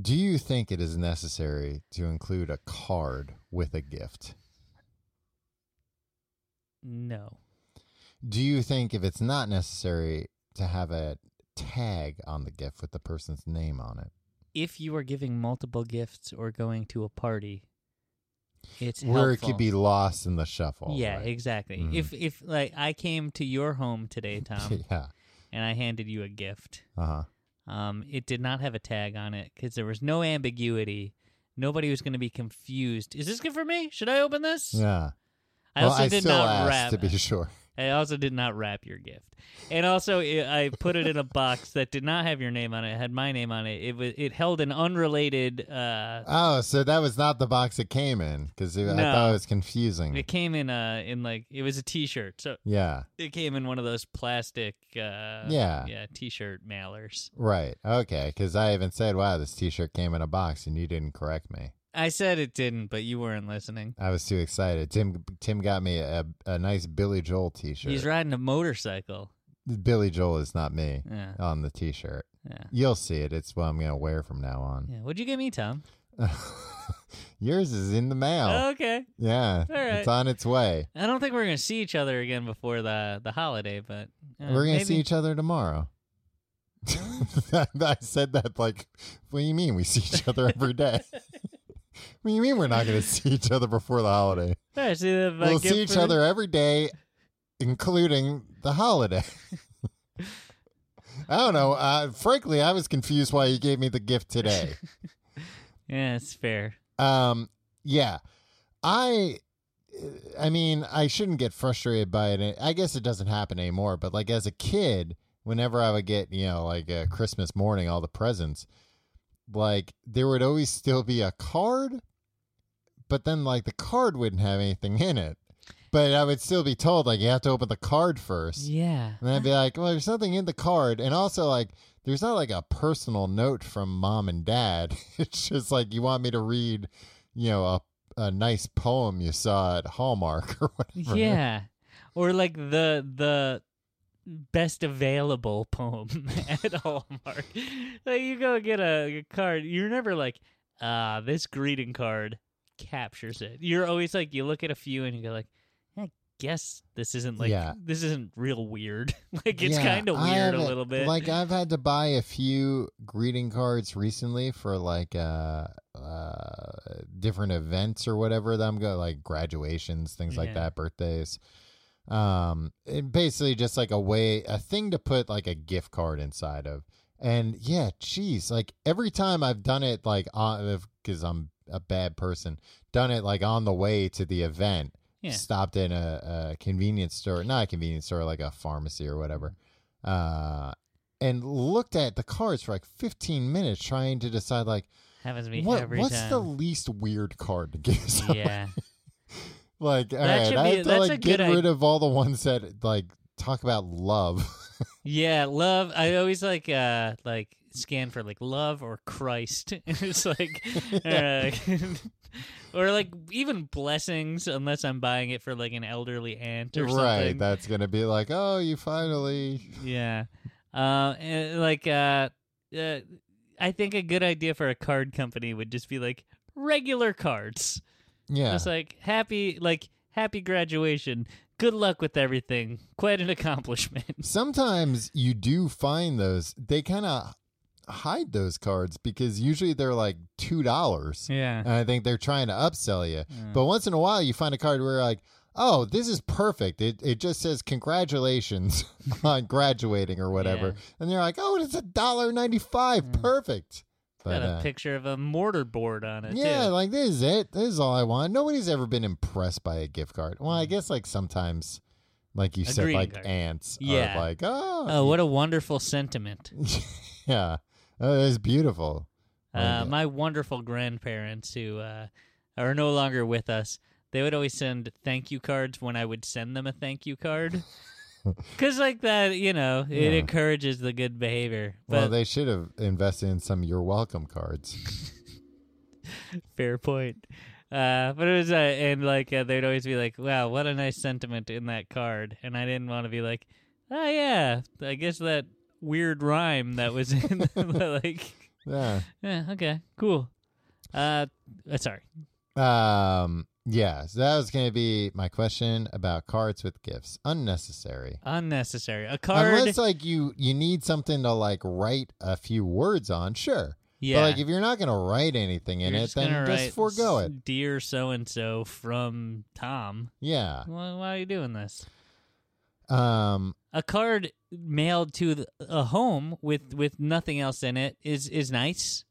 S2: Do you think it is necessary to include a card with a gift?
S3: No.
S2: Do you think if it's not necessary to have a tag on the gift with the person's name on it?
S3: If you are giving multiple gifts or going to a party, it's
S2: where it
S3: helpful.
S2: could be lost in the shuffle.
S3: yeah,
S2: right?
S3: exactly.
S2: Mhm.
S3: If if like I came to your home today, Tom,
S2: yeah.
S3: and I handed you a gift,
S2: Uh huh.
S3: Um, it did not have a tag on it because there was no ambiguity. Nobody was going to be confused. Is this good for me? Should I open this?
S2: Yeah.
S3: I
S2: well,
S3: also
S2: I
S3: did
S2: still
S3: not
S2: asked
S3: wrap.
S2: to be sure.
S3: I also did not wrap your gift, and also i I put it in a box that did not have your name on it. it had my name on it. It was it held an unrelated. Uh,
S2: Oh, so that was not the box it came in because I
S3: No.
S2: thought it was confusing.
S3: it came in uh in like it was a T-shirt, so
S2: yeah.
S3: it came in one of those plastic. Uh,
S2: Yeah.
S3: yeah, T-shirt mailers.
S2: Right. Okay. Because I even said, "Wow, this T-shirt came in a box," and you didn't correct me.
S3: I said it didn't, but you weren't listening.
S2: I was too excited. Tim Tim got me a, a nice Billy Joel T-shirt.
S3: He's riding a motorcycle.
S2: Billy Joel is not me
S3: Yeah,
S2: on the T-shirt.
S3: yeah.
S2: You'll see it. It's what I'm gonna wear from now on.
S3: Yeah, what'd you get me, Tom?
S2: Yours is in the mail.
S3: okay.
S2: yeah,
S3: Oh, all right.
S2: it's on its way.
S3: I don't think we're gonna see each other again before the the holiday, but uh,
S2: We're gonna
S3: maybe.
S2: see each other tomorrow. I said that like, what do you mean we see each other every day? what do you mean we're not gonna see each other before the holiday?
S3: Yeah, see the, my
S2: we'll
S3: gift
S2: see each
S3: for-
S2: other every day, including the holiday. I don't know. Uh, frankly, I was confused why you gave me the gift today.
S3: Yeah, it's fair.
S2: Um, yeah, I, I mean, I shouldn't get frustrated by it. I guess it doesn't happen anymore. But like as a kid, whenever I would get, you know, like uh, Christmas morning, all the presents, like there would always still be a card, but then like the card wouldn't have anything in it. But I would still be told like you have to open the card first.
S3: Yeah.
S2: And I'd be like, well, there's nothing in the card. And also, like, there's not like a personal note from mom and dad. It's just like, you want me to read, you know, a, a nice poem you saw at Hallmark or whatever.
S3: Yeah. or like the the best available poem at Hallmark. like you go get a, a card, you're never like, ah, this greeting card captures it. You're always like, you look at a few and you go like, I guess this isn't like
S2: Yeah.
S3: this isn't real weird. like it's
S2: Yeah,
S3: kind of
S2: I
S3: weird a
S2: haven't-
S3: little bit.
S2: Like uh, I've had to buy a few greeting cards recently for like uh, uh different events or whatever that I'm going like graduations, things like
S3: Yeah.
S2: that, birthdays. Um it basically just like a way a thing to put like a gift card inside of. And yeah, geez, like every time I've done it like on cuz I'm a bad person, done it like on the way to the event
S3: yeah.
S2: stopped in a, a convenience store, not a convenience store, like a pharmacy or whatever,
S3: Mm-hmm.
S2: uh, and looked at the cards for like 15 minutes trying to decide, like,
S3: Happens to me
S2: what,
S3: every
S2: what's
S3: time.
S2: the least weird card to give someone?
S3: yeah.
S2: Like, all
S3: That
S2: right,
S3: should
S2: I
S3: be-
S2: have to
S3: that's a
S2: like get
S3: good i-
S2: rid of all the ones that like talk about love.
S3: Yeah, love. I always like uh like scan for like love or Christ. it's like uh, or like even blessings unless I'm buying it for like an elderly aunt or
S2: right.
S3: something.
S2: That's going to be like, oh, you finally.
S3: yeah. Uh, and, like uh, uh I think a good idea for a card company would just be like regular cards.
S2: Yeah.
S3: Just like happy like happy graduation. Good luck with everything. Quite an accomplishment.
S2: Sometimes you do find those. They kind of hide those cards because usually they're like $2.
S3: yeah. Uh.
S2: and I think they're trying to upsell you.
S3: Yeah.
S2: But once in a while, you find a card where you're like, oh, this is perfect. It, it just says congratulations on graduating or whatever,
S3: Yeah. Mm.
S2: and you're like, oh, it's a dollar ninety five, perfect. But,
S3: Got a
S2: uh,
S3: picture of a mortar board on it.
S2: yeah,
S3: too.
S2: like this is it. This is all I want. Nobody's ever been impressed by a gift card. Well,
S3: Mm.
S2: I guess like sometimes, like you
S3: A
S2: said,
S3: greeting
S2: like
S3: card.
S2: ants
S3: Yeah.
S2: are like, oh,
S3: Oh, what a wonderful sentiment.
S2: yeah, oh, that's beautiful.
S3: Uh,
S2: Like,
S3: my wonderful grandparents who uh, are no longer with us, they would always send thank you cards when I would send them a thank you card. Because, like that, you know, it
S2: Yeah.
S3: encourages the good behavior.
S2: well,
S3: But
S2: they should have invested in some "You're Welcome" cards.
S3: fair point. Uh, but it was, uh, and like, uh, they'd always be like, wow, what a nice sentiment in that card. And I didn't want to be like, oh, yeah, I guess that weird rhyme that was in, like,
S2: Yeah.
S3: Yeah, okay. Cool. Uh, uh, sorry.
S2: Um. Yeah. So that was going to be my question about cards with gifts. Unnecessary.
S3: Unnecessary. A card.
S2: Unless like you you need something to like write a few words on, sure.
S3: yeah.
S2: But like if you're not going to write anything in
S3: You're
S2: it,
S3: just
S2: then
S3: gonna write,
S2: just forego it.
S3: Dear so and so from Tom.
S2: Yeah.
S3: Why, why are you doing this?
S2: Um.
S3: A card mailed to the, a home with with nothing else in it is is nice.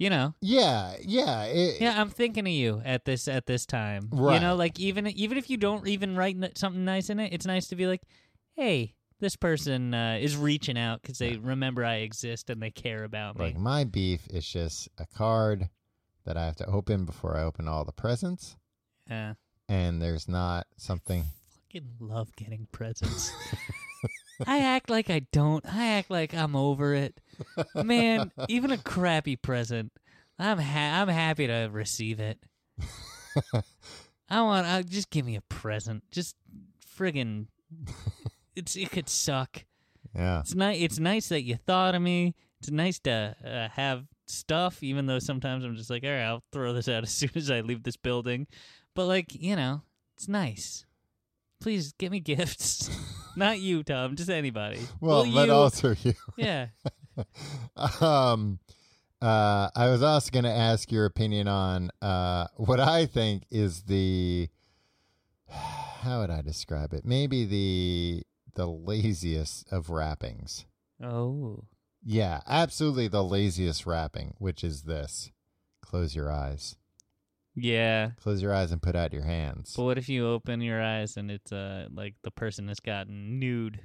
S3: You know.
S2: Yeah. Yeah. It,
S3: Yeah, I'm thinking of you at this at this time. You
S2: Right.
S3: know, like even even if you don't even write n- something nice in it, it's nice to be like, hey, this person uh, is reaching out because they remember I exist and they care about me.
S2: Like my beef is just a card that I have to open before I open all the presents,
S3: Yeah.
S2: and there's not something.
S3: Fucking love getting presents. I act like I don't. I act like I'm over it. Man, even a crappy present, I'm ha- I'm happy to receive it. I want. I, just give me a present. Just friggin'. It's it could suck.
S2: Yeah.
S3: It's nice. It's nice that you thought of me. It's nice to uh, have stuff, even though sometimes I'm just like, all right, I'll throw this out as soon as I leave this building. But like, you know, it's nice. Please give me gifts. Not you, Tom. Just anybody.
S2: Well,
S3: Will
S2: but
S3: you?
S2: also you.
S3: yeah.
S2: um uh i was also going to ask your opinion on uh what i think is the how would i describe it maybe the the laziest of wrappings
S3: Oh.
S2: yeah absolutely the laziest wrapping which is this close your eyes
S3: Yeah.
S2: close your eyes and put out your hands
S3: But what if you open your eyes and it's uh like the person has gotten nude?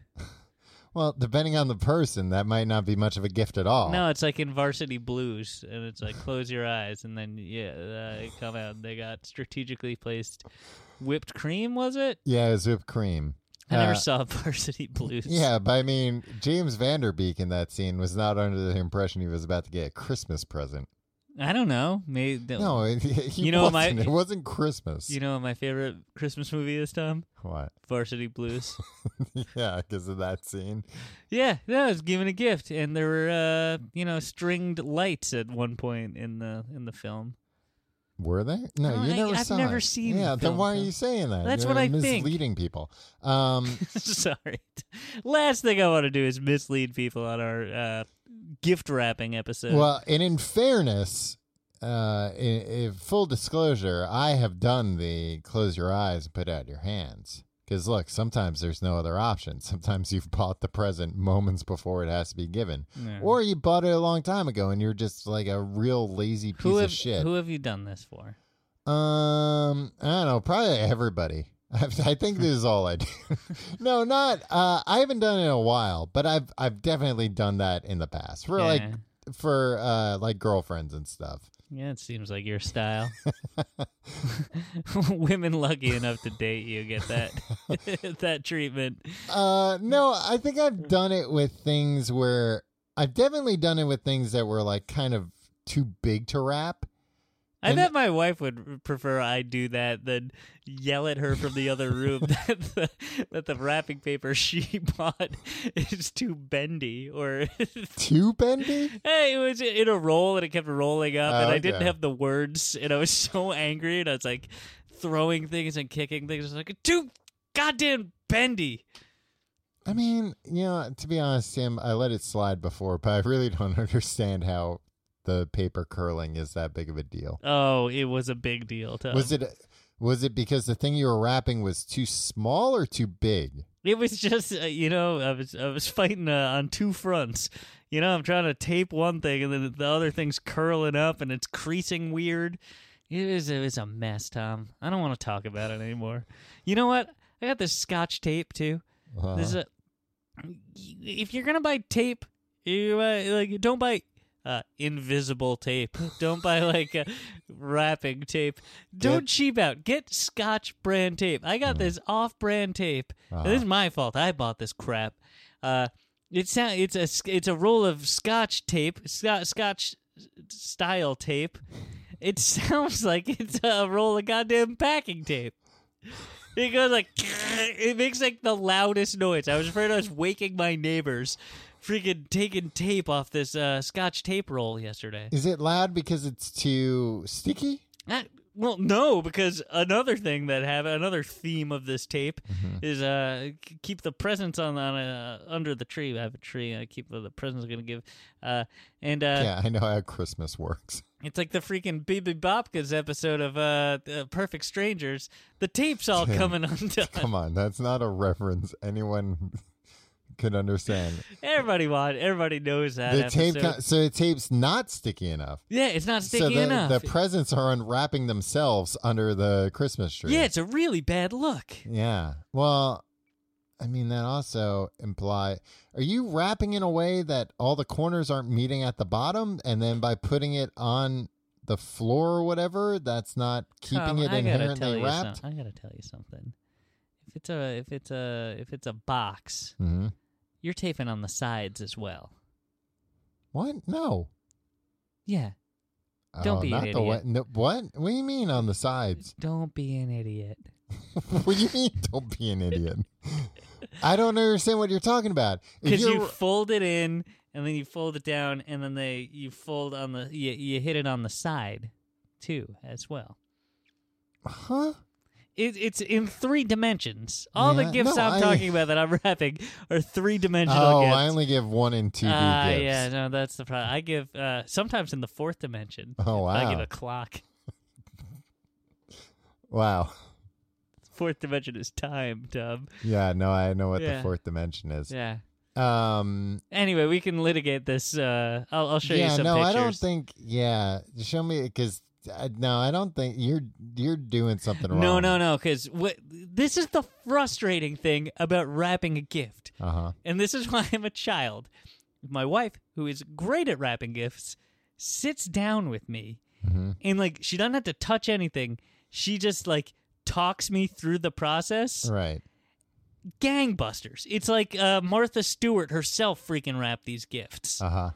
S2: well depending on the person that might not be much of a gift at all
S3: No, it's like in Varsity Blues, and it's like close your eyes, and then yeah, uh, they come out. and They got strategically placed whipped cream. Was it?
S2: yeah it was whipped cream
S3: I never
S2: Uh,
S3: saw Varsity Blues.
S2: Yeah, but I mean, James Vanderbeek in that scene was not under the impression he was about to get a Christmas present.
S3: I don't know. Maybe that-
S2: No, it, it-
S3: You know, my-
S2: wasn't. it wasn't Christmas.
S3: You know what my favorite Christmas movie is, Tom?
S2: what?
S3: Varsity Blues.
S2: yeah, because of that scene.
S3: yeah, that was given a gift, and there were uh, you know stringed lights at one point in the in the film.
S2: Were there? No,
S3: No,
S2: you
S3: I-
S2: never
S3: I've
S2: saw
S3: never
S2: it.
S3: seen the
S2: Yeah,
S3: film,
S2: then why are
S3: so-
S2: you saying that?
S3: That's
S2: You're
S3: what I think.
S2: misleading people. Um,
S3: Sorry. Last thing I want to do is mislead people on our uh, gift wrapping episode.
S2: Well, and in fairness, uh, in, in full disclosure, I have done the close your eyes and put out your hands. Because look, sometimes there's no other option. Sometimes you've bought the present moments before it has to be given,
S3: Yeah.
S2: or you bought it a long time ago and you're just like a real lazy piece
S3: who have
S2: of shit.
S3: who have you done this for?
S2: Um, I don't know. Probably everybody. I, I think this is all I do. no, not. Uh, I haven't done it in a while, but I've I've definitely done that in the past for like
S3: Yeah.
S2: for uh like girlfriends and stuff.
S3: Yeah, it seems like your style. Women lucky enough to date you get that that treatment.
S2: Uh, no, I think
S3: Mm.
S2: I've done it with things where I've definitely done it with things that were like kind of too big to wrap.
S3: I
S2: And-
S3: bet my wife would prefer I do that than yell at her from the other room that the, that the wrapping paper she bought is too bendy or
S2: Too bendy.
S3: Hey, it was in a roll and it kept rolling up, and
S2: Oh,
S3: I didn't
S2: okay.
S3: have the words, and I was so angry, and I was like throwing things and kicking things. I was like, too goddamn bendy.
S2: I mean, you know, to be honest, Tim, I let it slide before, but I really don't understand how the paper curling is that big of a deal.
S3: Oh, it was a big deal. Tom.
S2: Was it was it because the thing you were wrapping was too small or too big?
S3: It was just uh, you know I was I was fighting uh, on two fronts. You know, I'm trying to tape one thing, and then the other thing's curling up, and it's creasing weird. It was it was a mess, Tom. I don't want to talk about it anymore. You know what? I got this Scotch tape too.
S2: Uh,
S3: This is a, if you're gonna buy tape, you buy, like don't buy uh, invisible tape. Don't buy like uh, wrapping tape. Don't
S2: Get-
S3: cheap out. Get Scotch brand tape. I got this off-brand tape.
S2: Uh-huh.
S3: This is my fault. I bought this crap. Uh, it's a, it's a sc- it's a roll of Scotch tape, Scotch, Scotch style tape. It sounds like it's a roll of goddamn packing tape. It goes like it makes like the loudest noise. I was afraid I was waking my neighbors. Freaking taking tape off this uh, Scotch tape roll yesterday.
S2: is it loud because it's too sticky?
S3: I, well, no, because another thing that have another theme of this tape
S2: Mm-hmm.
S3: is uh k- keep the presents on on uh, under the tree. I have a tree. I keep the, the presents going to give. Uh, and uh,
S2: yeah, I know how Christmas works.
S3: it's like the freaking Bibi Bobka's episode of uh, uh Perfect Strangers. The tape's all coming undone.
S2: Come on, that's not a reference anyone could understand.
S3: Everybody want. Everybody knows that.
S2: the tape,
S3: episode.
S2: co- so the tape's not sticky enough.
S3: yeah, it's not sticky
S2: so the,
S3: enough.
S2: the presents are unwrapping themselves under the Christmas tree.
S3: yeah, it's a really bad look.
S2: Yeah. Well, I mean that also imply are you wrapping in a way that all the corners aren't meeting at the bottom and then by putting it on the floor or whatever, that's not keeping
S3: Tom,
S2: it
S3: Oh, I gotta tell
S2: inherently
S3: you
S2: wrapped?
S3: some- I gotta tell you something. If it's a if it's a if it's a box,
S2: hmm
S3: you're taping on the sides as well.
S2: What? No.
S3: Yeah, Don't
S2: Oh,
S3: be an
S2: not the
S3: idiot.
S2: wa- no, what? What do you mean on the sides?
S3: don't be an idiot.
S2: what do you mean don't be an idiot? I don't understand what you're talking about. If
S3: Because you
S2: you're-
S3: fold it in and then you fold it down and then they you fold on the you, you hit it on the side too as well.
S2: huh?
S3: It, it's in three dimensions. All the
S2: Yeah,
S3: gifts
S2: no,
S3: I'm
S2: I-
S3: talking about that I'm wrapping are three dimensional.
S2: Oh,
S3: gifts.
S2: I only give one and two D
S3: Ah,
S2: gifts.
S3: yeah, no, that's the problem. I give uh, sometimes in the fourth dimension.
S2: Oh,
S3: I give
S2: wow.
S3: a clock.
S2: Wow.
S3: fourth dimension is time, Tom.
S2: Yeah, no, I know what
S3: Yeah.
S2: the fourth dimension is.
S3: Yeah.
S2: Um,
S3: Anyway, we can litigate this. Uh, I'll, I'll show you
S2: yeah,
S3: some
S2: no,
S3: pictures.
S2: I don't think. Yeah, show me because no, I don't think you're you're doing something wrong.
S3: no, no, no, because what this is the frustrating thing about wrapping a gift,
S2: Uh huh.
S3: and this is why I'm a child. My wife, who is great at wrapping gifts, sits down with me,
S2: Mm-hmm.
S3: and like she doesn't have to touch anything. She just like talks me through the process.
S2: Right.
S3: Gangbusters! It's like uh, Martha Stewart herself freaking wrapped these gifts.
S2: Uh huh.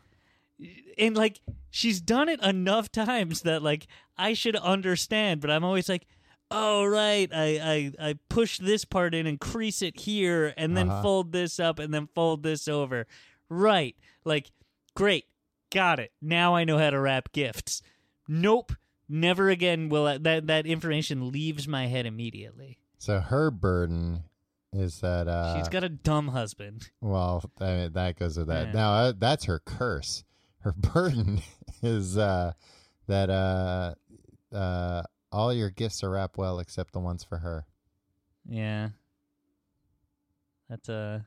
S3: and like she's done it enough times that like I should understand, but I'm always like, oh right, I I, I push this part in, increase it here, and then
S2: Uh-huh.
S3: fold this up, and then fold this over, right? Like, great, got it. Now I know how to wrap gifts. Nope, never again will I, that that information leaves my head immediately.
S2: So her burden is that uh,
S3: she's got a dumb husband.
S2: Well, that, that goes with that.
S3: Yeah.
S2: Now uh, that's her curse. Her burden is uh, that uh, uh, all your gifts are wrapped well except the ones for her.
S3: Yeah, that's a.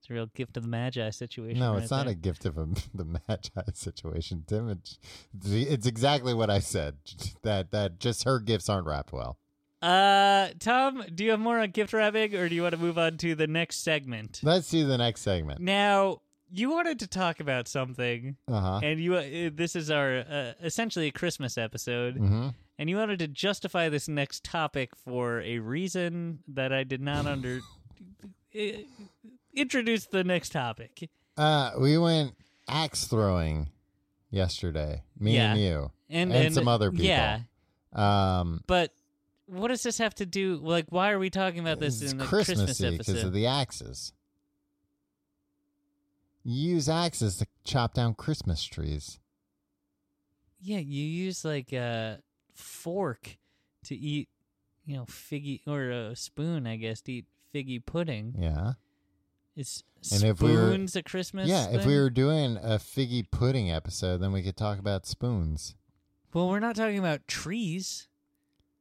S3: It's a real gift of the magi situation.
S2: No,
S3: right
S2: it's not
S3: there.
S2: a gift of a, the Magi situation, Tim. It's, it's exactly what I said. That that just her gifts aren't wrapped well.
S3: Uh, Tom, do you have more on gift wrapping, or do you want to move on to the next segment?
S2: Let's do the next segment.
S3: Now, you wanted to talk about something,
S2: Uh huh.
S3: and you uh, this is our uh, essentially a Christmas episode,
S2: hmm
S3: and you wanted to justify this next topic for a reason that I did not under I- introduce the next topic.
S2: Uh, we went axe throwing yesterday. Me and you.
S3: And,
S2: And some other people.
S3: Yeah,
S2: Um,
S3: but what does this have to do? Like, why are we talking about this
S2: it's
S3: in the Christmas
S2: Christmassy
S3: episode?
S2: because of the axes. You use axes to chop down Christmas trees.
S3: Yeah, you use like a fork to eat, you know, figgy or a spoon, I guess, to eat figgy pudding.
S2: Yeah.
S3: It's
S2: And
S3: spoons
S2: if we were-
S3: a Christmas.
S2: yeah. If
S3: thing?
S2: we were doing a figgy pudding episode, then we could talk about spoons.
S3: well, we're not talking about trees.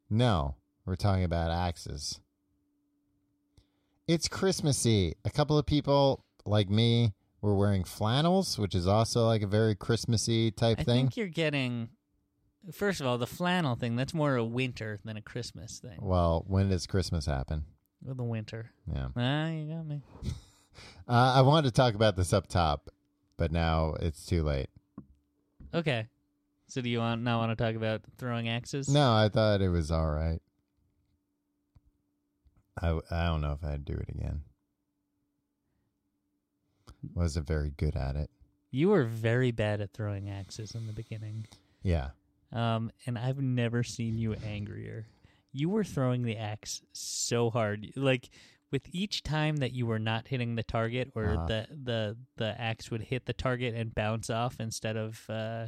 S2: No, we're talking about axes. It's Christmassy. A couple of people like me were wearing flannels, which is also like a very Christmassy type
S3: I
S2: thing.
S3: think you're getting. First of all, the flannel thing—that's more a winter than a Christmas thing.
S2: Well, when does Christmas happen?
S3: Well, the winter.
S2: Yeah.
S3: Ah, you got me.
S2: Uh, I wanted to talk about this up top, but now it's too late.
S3: Okay. So, do you want now want to talk about throwing axes?
S2: No, I thought it was all right. I, I don't know if I'd do it again. Wasn't very good at it.
S3: You were very bad at throwing axes in the beginning.
S2: Yeah.
S3: Um, and I've never seen you angrier. You were throwing the axe so hard, like with each time that you were not hitting the target, or
S2: Uh-huh.
S3: the the the axe would hit the target and bounce off instead of uh,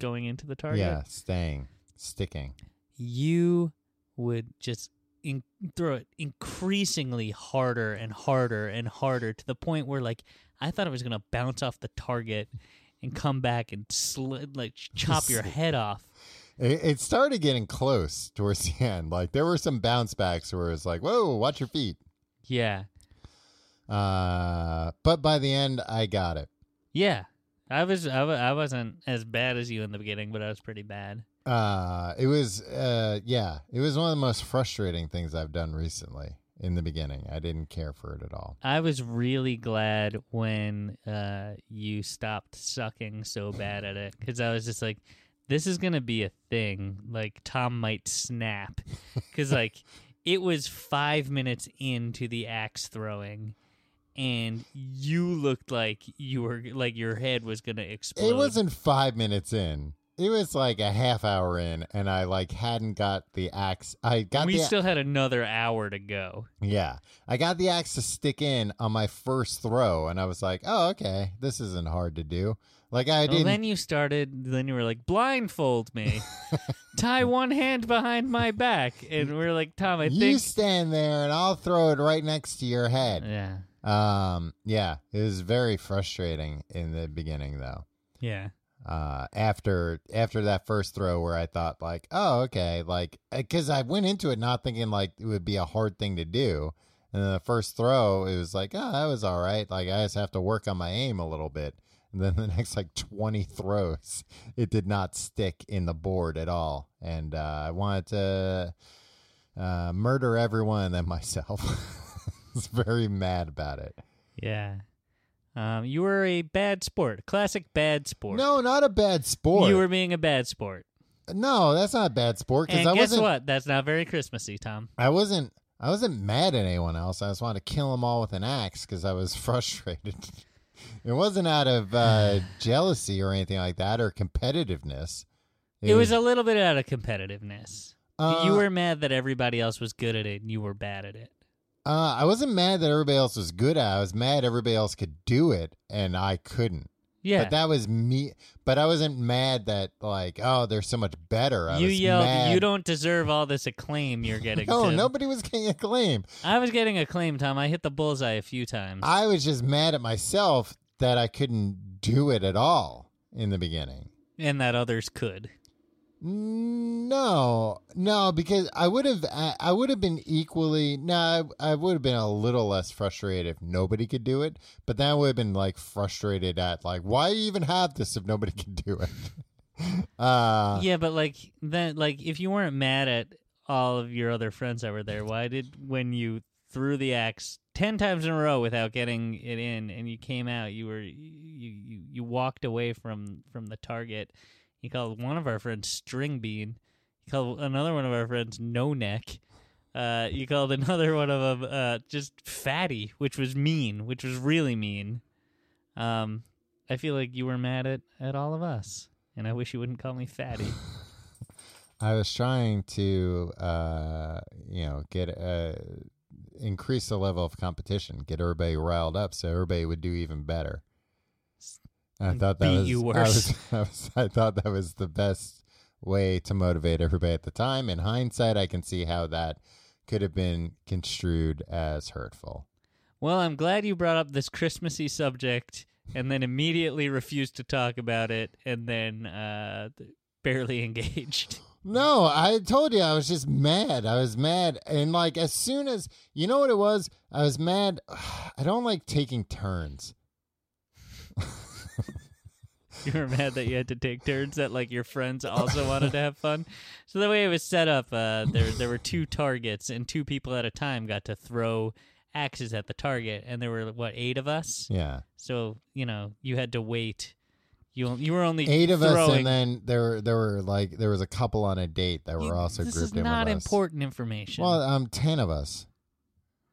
S3: going into the target.
S2: Yeah. Staying. Sticking.
S3: you would just in- throw it increasingly harder and harder and harder to the point where, like, I thought it was gonna bounce off the target and come back and slid, like chop your head off.
S2: It, it started getting close towards the end. Like there were some bounce backs where it's like, whoa, watch your feet.
S3: Yeah.
S2: Uh, but by the end, I got it.
S3: Yeah. I was I, wa- I wasn't as bad as you in the beginning, but I was pretty bad.
S2: Uh, it was, uh, yeah, it was one of the most frustrating things I've done recently. In the beginning, I didn't care for it at all.
S3: I was really glad when uh, you stopped sucking so bad at it because I was just like, this is gonna be a thing. Like Tom might snap because like it was five minutes into the axe throwing. And you looked like you were like your head was gonna explode.
S2: It wasn't five minutes in. It was like a half hour in, and I like hadn't got the axe. I got
S3: We
S2: the
S3: still had another hour to go.
S2: yeah, I got the axe to stick in on my first throw, and I was like, "Oh, okay, this isn't hard to do." Like I
S3: Well,
S2: didn't.
S3: then you started. Then you were like, blindfold me, tie one hand behind my back, and we are like, Tom, I
S2: you
S3: think,
S2: stand there, and I'll throw it right next to your head.
S3: yeah,
S2: Um, yeah, it was very frustrating in the beginning, though.
S3: yeah,
S2: uh after after that first throw where i thought like oh okay like because i went into it not thinking like it would be a hard thing to do and then the first throw it was like oh that was all right like i just have to work on my aim a little bit and then the next like 20 throws it did not stick in the board at all and uh, i wanted to uh, murder everyone and then myself i was very mad about it
S3: yeah. Um, you were a bad sport, classic bad sport.
S2: no not a bad sport
S3: you were being a bad sport.
S2: no that's not a bad sport because
S3: And
S2: i
S3: guess
S2: wasn't
S3: what? That's not very Christmassy, Tom.
S2: I wasn't I wasn't mad at anyone else. I just wanted to kill them all with an axe because I was frustrated. It wasn't out of uh, jealousy or anything like that or competitiveness.
S3: It was a little bit out of competitiveness.
S2: uh,
S3: you were mad that everybody else was good at it and you were bad at it.
S2: Uh, I wasn't mad that everybody else was good at. it. I was mad everybody else could do it and I couldn't.
S3: Yeah.
S2: But that was me. But I wasn't mad that like, oh, they're so much better. I
S3: you
S2: was
S3: yelled,
S2: mad.
S3: "You don't deserve all this acclaim you're getting."
S2: No,
S3: Tim."
S2: nobody was getting acclaim.
S3: I was getting acclaim, Tom. I hit the bullseye a few times.
S2: I was just mad at myself that I couldn't do it at all in the beginning.
S3: and that others could.
S2: No, no, because I would have, I, I would have been equally. No, I, I would have been a little less frustrated if nobody could do it. But then I would have been like frustrated at like, why even have this if nobody can do it? uh,
S3: yeah, but like then, like if you weren't mad at all of your other friends that were there, why did when you threw the axe ten times in a row without getting it in, and you came out, you were you you, you walked away from from the target. You called one of our friends string bean. You called another one of our friends no neck. Uh, you called another one of them uh, just fatty, which was mean, which was really mean. Um, I feel like you were mad at, at all of us, and I wish you wouldn't call me fatty.
S2: I was trying to, uh, you know, get uh, increase the level of competition, get everybody riled up, so everybody would do even better. I thought that
S3: beat
S2: was,
S3: you
S2: I
S3: worse.
S2: was- I, was- I thought that was the best way to motivate everybody at the time. In hindsight, I can see how that could have been construed as hurtful.
S3: well, I'm glad you brought up this Christmassy subject, and then immediately refused to talk about it, and then uh, th- barely engaged.
S2: No, I told you I was just mad. I was mad. And like as soon as you know what it was, I was mad. I don't like taking turns.
S3: you were mad that you had to take turns that like your friends also wanted to have fun. So the way it was set up, uh, there there were two targets, and two people at a time got to throw axes at the target, and there were what eight of us.
S2: Yeah.
S3: So you know you had to wait. You you were only
S2: Eight of us
S3: throwing-
S2: and then there were there were like there was a couple on a date that were
S3: You-
S2: also
S3: this
S2: grouped
S3: is
S2: in
S3: not
S2: with us.
S3: important information.
S2: Well, um ten of us.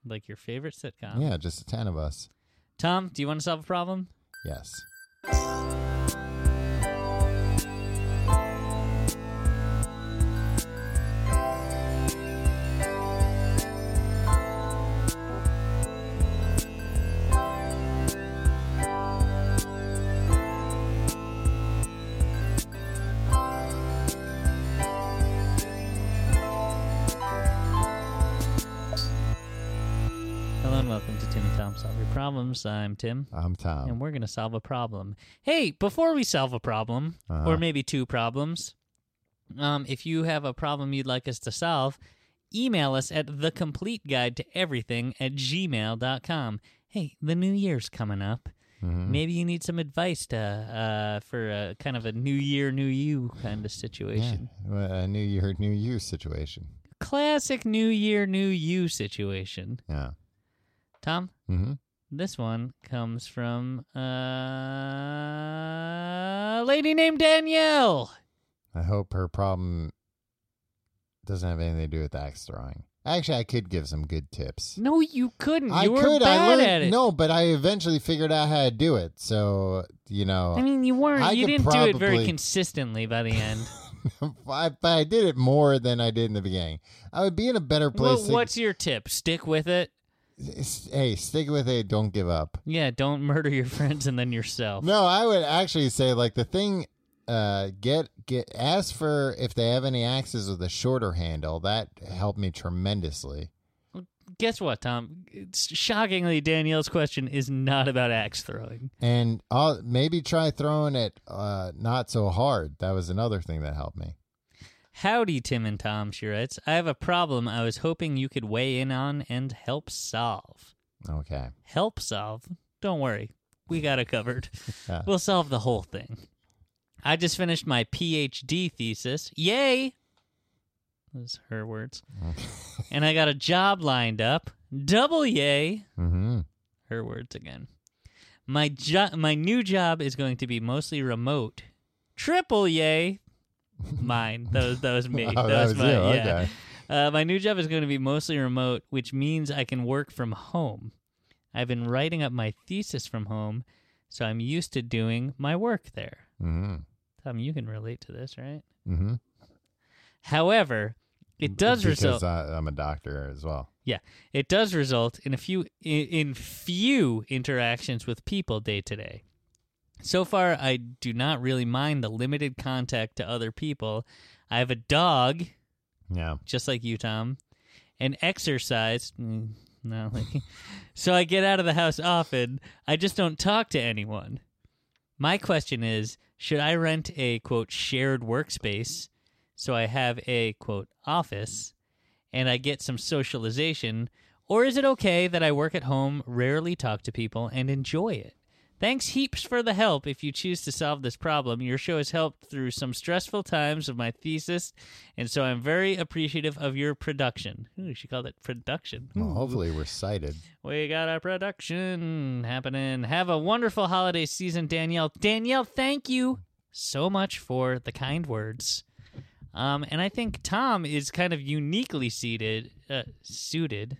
S3: like your favorite sitcom.
S2: Yeah, just the ten of us.
S3: Tom, do you want to solve a problem?
S2: Yes.
S3: Hello and welcome to Tim and Tom Solve Your Problems. I'm Tim.
S2: I'm
S3: and
S2: Tom.
S3: we're going to solve a problem. Hey, before we solve a problem,
S2: Uh-huh.
S3: or maybe two problems, um, if you have a problem you'd like us to solve, email us at the complete guide to everything at gmail.com. Hey, the new year's coming up.
S2: Mhm.
S3: Maybe you need some advice to, uh, for a, kind of a new year, new you kind of
S2: Yeah.
S3: situation.
S2: A new year, new you situation.
S3: Classic new year, new you situation.
S2: Yeah.
S3: Tom,
S2: hmm
S3: this one comes from uh, a lady named Danielle.
S2: I hope her problem doesn't have anything to do with axe throwing. Actually, I could give some good tips.
S3: No, you couldn't. Mm, You
S2: I
S3: were
S2: could.
S3: bad
S2: I learned
S3: at it.
S2: no, but I eventually figured out how to do it. So you know,
S3: I mean, you weren't.
S2: I
S3: you
S2: could
S3: didn't do it very
S2: probably-
S3: consistently by the end.
S2: I, but I did it more than I did in the beginning. I would be in a better place.
S3: Well,
S2: to-
S3: what's your tip? Stick with it.
S2: s- hey, stick with it. Don't give up.
S3: Yeah, don't murder your friends and then yourself.
S2: No, I would actually say like the thing. Uh, get get ask for if they have any axes with a shorter handle. That helped me tremendously.
S3: Guess what, Tom? It's, shockingly, Danielle's question is not about axe throwing.
S2: And i maybe try throwing it uh, not so hard. That was another thing that helped me.
S3: Howdy, Tim and Tom, she writes. I have a problem I was hoping you could weigh in on and help solve.
S2: Okay.
S3: help solve, don't worry. We got it covered.
S2: Yeah.
S3: We'll solve the whole thing. I just finished my PhD thesis. Yay! Those are her words. and I got a job lined up. Double yay!
S2: Mm-hmm.
S3: Her words again. My job, my new job is going to be mostly remote. Triple yay! Mine. That was that was me.
S2: Oh, that was
S3: my
S2: you.
S3: yeah.
S2: Okay.
S3: Uh, my new job is going to be mostly remote, which means I can work from home. I've been writing up my thesis from home, So I'm used to doing my work there.
S2: Mm-hmm.
S3: Tom, you can relate to this, right?
S2: Mm-hmm.
S3: However, it does
S2: Mm, because
S3: result.
S2: I, uh, I'm a doctor as well.
S3: Yeah, it does result in a few in, in few interactions with people day to day. So far, I do not really mind the limited contact to other people. I have a dog,
S2: Yeah.
S3: just like you, Tom, and exercise. Mm, no, like, so I get out of the house often. I just don't talk to anyone. My question is, should I rent a quote shared workspace so I have a quote office and I get some socialization, or is it okay that I work at home, rarely talk to people, and enjoy it? Thanks heaps for the help if you choose to solve this problem. Your show has helped through some stressful times of my thesis, and so I'm very appreciative of your production. Ooh, she called it production.
S2: Well, hopefully we're cited.
S3: We got a production happening. Have a wonderful holiday season, Danielle. Danielle, thank you so much for the kind words. Um, and I think Tom is kind of uniquely seated, uh, suited.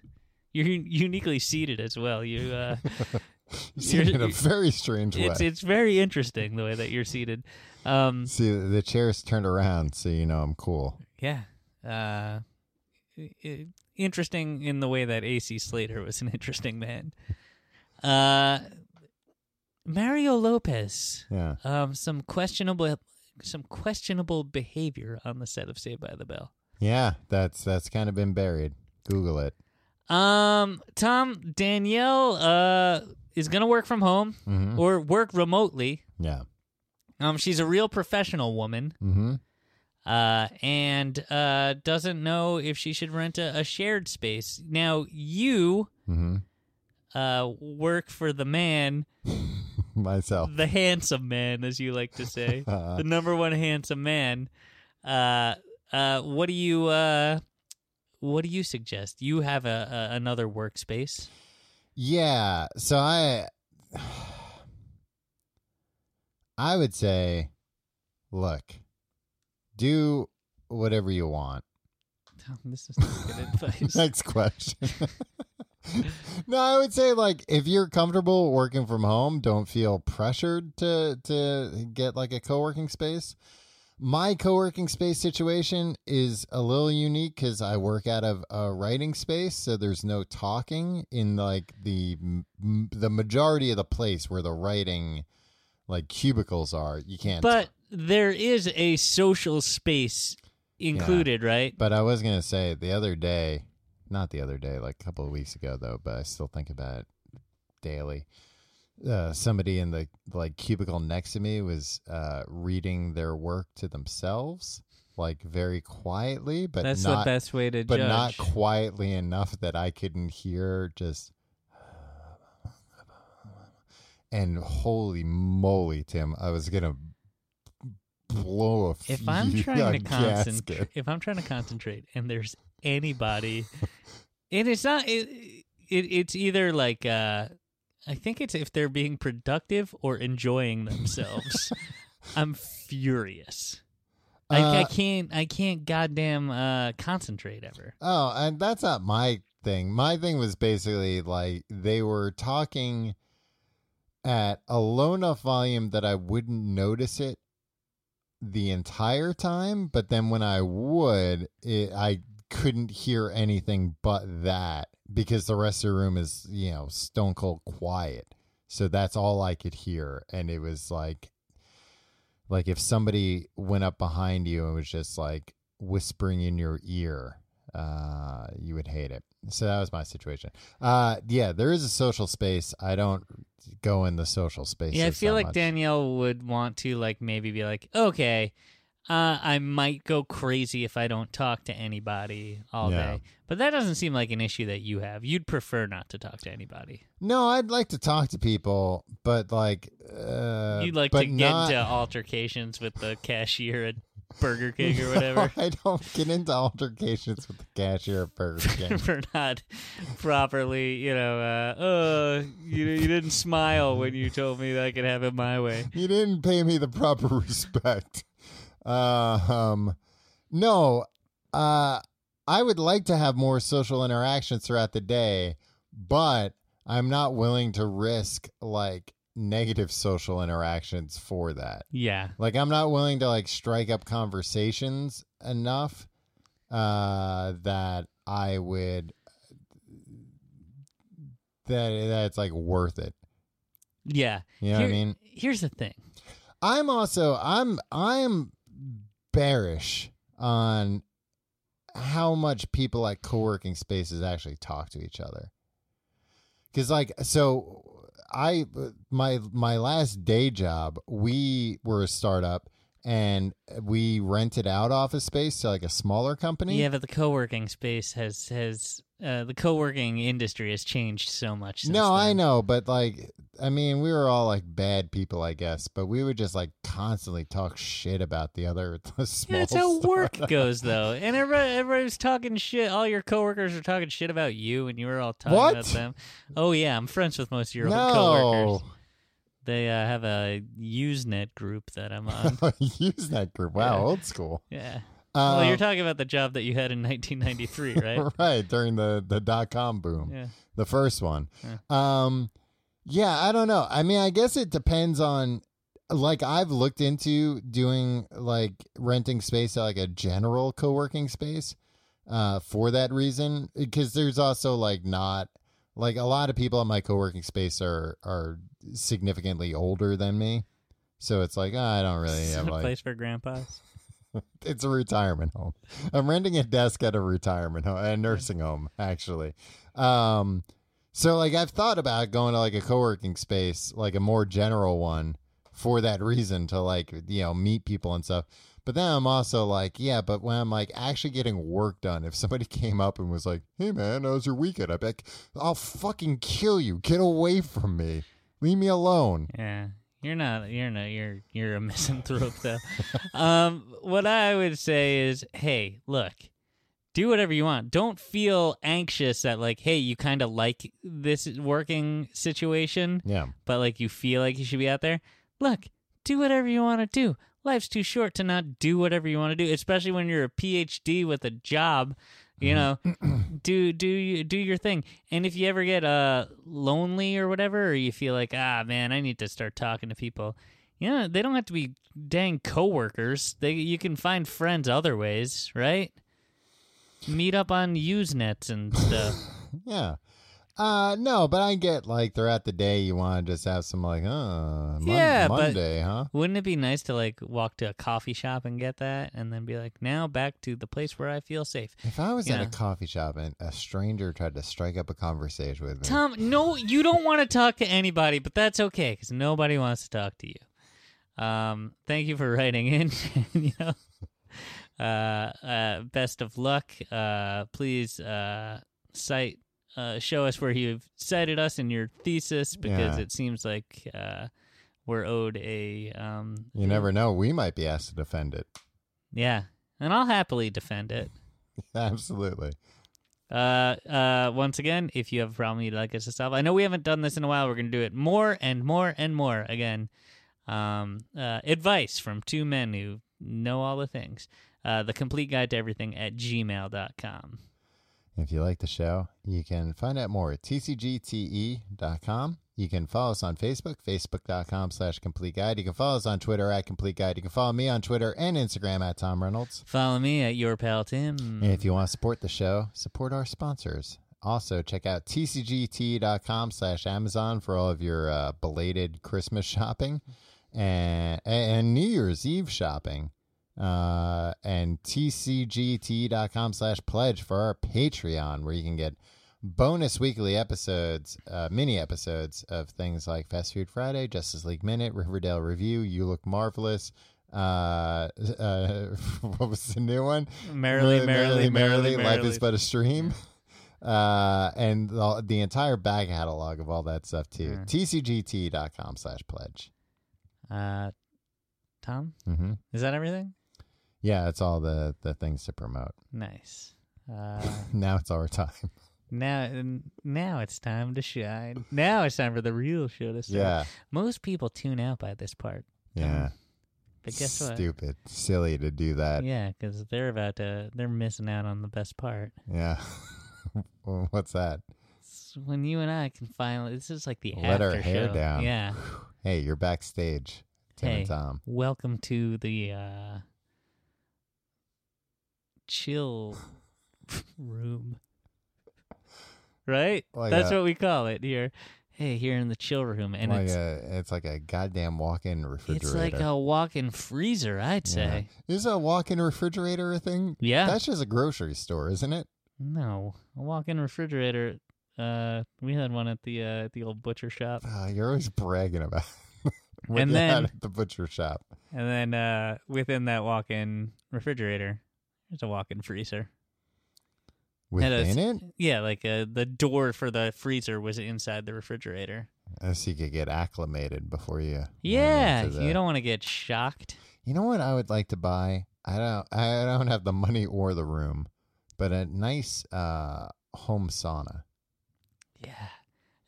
S3: You're un- uniquely seated as well. You, uh,
S2: You've seen it in a
S3: you're-
S2: very strange way.
S3: it's it's very interesting the way that you're seated. Um,
S2: See, the chair's turned around, so you know I'm cool.
S3: yeah, uh, i- i- interesting in the way that AC Slater was an interesting man. Uh, Mario Lopez.
S2: Yeah.
S3: um, some questionable some questionable behavior on the set of Saved by the Bell.
S2: Yeah, that's that's kind of been buried. Google it.
S3: Um, Tom Danielle uh, is gonna work from home
S2: Mm-hmm.
S3: or work remotely.
S2: Yeah.
S3: Um, she's a real professional woman.
S2: Mm-hmm.
S3: Uh, and uh, doesn't know if she should rent a, a shared space. Now you
S2: Mm-hmm.
S3: uh work for the man,
S2: Myself.
S3: the handsome man, as you like to say.
S2: Uh,
S3: the number one handsome man. Uh, uh, what do you uh, what do you suggest? You have a, a another workspace.
S2: yeah. So I, I would say, look, do whatever you want.
S3: Tom, this is not good advice.
S2: Next question. no, I would say like if you're comfortable working from home, don't feel pressured to to get like a co-working space. My co-working space situation is a little unique cuz I work out of a writing space, so there's no talking in like the m- the majority of the place where the writing like cubicles are. You can't
S3: but there is a social space included, right?
S2: But I was gonna say the other day, not the other day, like a couple of weeks ago though, but I still think about it daily. Uh, somebody in the like cubicle next to me was uh, reading their work to themselves, like very quietly, but
S3: That's
S2: not
S3: the best way to
S2: but
S3: judge.
S2: not quietly enough that I couldn't hear just and holy moly, Tim, I was gonna blow a
S3: if I'm
S2: few-
S3: trying
S2: a
S3: to
S2: gasket.
S3: concentrate, if I'm trying to concentrate, and there's anybody, and it's not, it, it it's either like, uh, I think it's if they're being productive or enjoying themselves. I'm furious. I, I
S2: Uh,
S3: can't. I can't. Goddamn. Uh, concentrate ever.
S2: Oh, and that's not my thing. My thing was basically like they were talking at a low enough volume that I wouldn't notice it the entire time, but then when I would, it, I couldn't hear anything but that because the rest of the room is, you know, stone cold quiet. So that's all I could hear and it was like like if somebody went up behind you and was just like whispering in your ear uh you would hate it so that was my situation uh yeah there is a social space i don't go in the social space
S3: Yeah, I feel like Danielle would want to like maybe be like, okay, uh, I might go crazy if I don't talk to anybody all
S2: Yeah.
S3: day. But that doesn't seem like an issue that you have. You'd prefer not to talk to anybody.
S2: no i'd like to talk to people but like uh
S3: You'd like
S2: but
S3: to get
S2: not-
S3: into altercations with the cashier at Burger King or whatever
S2: i don't get into altercations with the cashier at burger king
S3: for not properly, you know, uh, oh, you, you didn't smile when you told me that I could have it my way.
S2: you didn't pay me the proper respect. Uh, um, no, uh, I would like to have more social interactions throughout the day, but I'm not willing to risk like negative social interactions for that.
S3: Yeah.
S2: Like I'm not willing to like strike up conversations enough uh that I would that that's like worth it.
S3: Yeah.
S2: You know what I
S3: Here-
S2: mean?
S3: Here's the thing.
S2: I'm also I'm I'm bearish on how much people at co-working spaces actually talk to each other. Cuz like so I my my last day job, we were a startup and we rented out office space to like a smaller company.
S3: Yeah, but the co-working space has has uh, the co-working industry has changed so much. Since
S2: No, I
S3: then.
S2: know, but like, I mean, we were all like bad people, I guess, but we would just like constantly talk shit about the other the small.
S3: Yeah, that's how
S2: store.
S3: work goes, though. And everybody, everybody's talking shit. All your coworkers are talking shit about you, and you were all talking
S2: What?
S3: about them. Oh yeah, I'm friends with most of your old
S2: no,
S3: coworkers. They uh, have a Usenet group that I'm on.
S2: use that group. Wow,
S3: Yeah.
S2: old school.
S3: yeah.
S2: Um,
S3: well, you're talking about the job that you had in 1993, right?
S2: right during the the dot com boom,
S3: yeah.
S2: the first one.
S3: Yeah.
S2: Um, yeah, I don't know. I mean, I guess it depends on. Like I've looked into doing like renting space at like a general co-working space, uh, for that reason because there's also like not like a lot of people in my co-working space are are significantly older than me so it's like ah, i don't really
S3: It's
S2: have
S3: a
S2: like
S3: place for grandpas.
S2: it's a retirement home i'm renting a desk at a retirement home a nursing home actually um so like i've thought about going to like a co-working space like a more general one for that reason to like you know meet people and stuff but then i'm also like yeah but when i'm like actually getting work done if somebody came up and was like hey man how's your weekend i'd be like i'll fucking kill you get away from me leave me alone
S3: Yeah. You're not you're not you're you're a misanthrope though. um what I would say is, hey, look, do whatever you want. Don't feel anxious that like, hey, you kinda like this working situation,
S2: yeah
S3: but like you feel like you should be out there. Look, do whatever you want to do. Life's too short to not do whatever you want to do, especially when you're a PhD with a job. You know, do do you- do your thing. And if you ever get uh lonely or whatever, or you feel like ah man, I need to start talking to people. You know, they don't have to be dang coworkers. They you can find friends other ways, right? Meet up on Usenets and stuff.
S2: Yeah. Uh no, but I get like throughout the day you want to just have some like uh Mon-
S3: Yeah, but-
S2: Monday, huh?
S3: Wouldn't it be nice to like walk to a coffee shop and get that and then be like, now back to the place where I feel safe?
S2: If I was at
S3: Yeah.
S2: a coffee shop and a stranger tried to strike up a conversation with me,
S3: Tom, no, you don't want to talk to anybody, but that's okay because nobody wants to talk to you. Um, thank you for writing in. you know, uh, uh, best of luck. Uh, please uh, cite, uh, show us where you've cited us in your thesis because
S2: Yeah.
S3: it seems like uh, we're owed a. Um,
S2: you never know, we might be asked to defend it.
S3: Yeah, and I'll happily defend it.
S2: Absolutely.
S3: Uh, uh, once again, if you have a problem you'd like us to solve, I know we haven't done this in a while. We're going to do it more and more and more again. Um, uh, advice from two men who know all the things. Uh, the complete guide to everything at gmail.com.
S2: If you like the show, you can find out more at tcgte.com. E You can follow us on Facebook, facebook.com slash complete guide. You can follow us on Twitter at complete guide. You can follow me on Twitter and Instagram at Tom Reynolds.
S3: Follow me at your pal Tim.
S2: And if you want to support the show, support our sponsors. Also, check out tcgt.com slash Amazon for all of your uh, belated Christmas shopping and, and New Year's Eve shopping. Uh, and tcgt.com slash pledge for our Patreon, where you can get bonus weekly episodes, uh, mini episodes of things like Fast Food Friday, Justice League Minute, Riverdale Review, You Look Marvelous. Uh, uh, what was the new one?
S3: Merrily, merrily, merrily, merrily,
S2: life is but a stream. Uh, and the, the entire back catalog of all that stuff too.
S3: Yeah.
S2: tcgt.com slash pledge.
S3: uh, Tom,
S2: hmm
S3: is that everything?
S2: Yeah, it's all the, the things to promote.
S3: Nice. Uh,
S2: Now it's our time.
S3: now, now it's time to shine. Now it's time for the real show to start.
S2: Yeah.
S3: Most people tune out by this part.
S2: Yeah.
S3: But guess what?
S2: Stupid. Silly to do that. Yeah.
S3: Yeah, because they're about to, they're missing out on the best part.
S2: Well, What's that?
S3: It's when you and I can finally, this is like the
S2: Let
S3: after
S2: our hair
S3: show.
S2: down.
S3: Yeah.
S2: Hey, you're backstage, Tim
S3: hey,
S2: and Tom.
S3: welcome to the uh, chill room. Right?
S2: Like
S3: That's
S2: a-
S3: what we call it here. Hey, here in the chill room, and
S2: like
S3: it's
S2: a, it's like a goddamn walk-in refrigerator.
S3: it's like a walk-in freezer, I'd
S2: Yeah.
S3: say.
S2: Is a walk-in refrigerator a thing?
S3: Yeah.
S2: That's just a grocery store, isn't it?
S3: No, a walk-in refrigerator. Uh, we had one at the uh, at the old butcher shop,
S2: Ah, you're always bragging about. what
S3: And
S2: you had
S3: then-
S2: at the butcher shop.
S3: and then uh, within that walk-in refrigerator, there's a walk-in freezer. Had a-
S2: Within it,
S3: Yeah, like uh, the door for the freezer was inside the refrigerator.
S2: Uh, so you could get acclimated before you. went
S3: Yeah,
S2: into the-
S3: you don't want to get shocked.
S2: You know what I would like to buy? I don't. I don't have the money or the room, but a nice uh, home sauna.
S3: Yeah,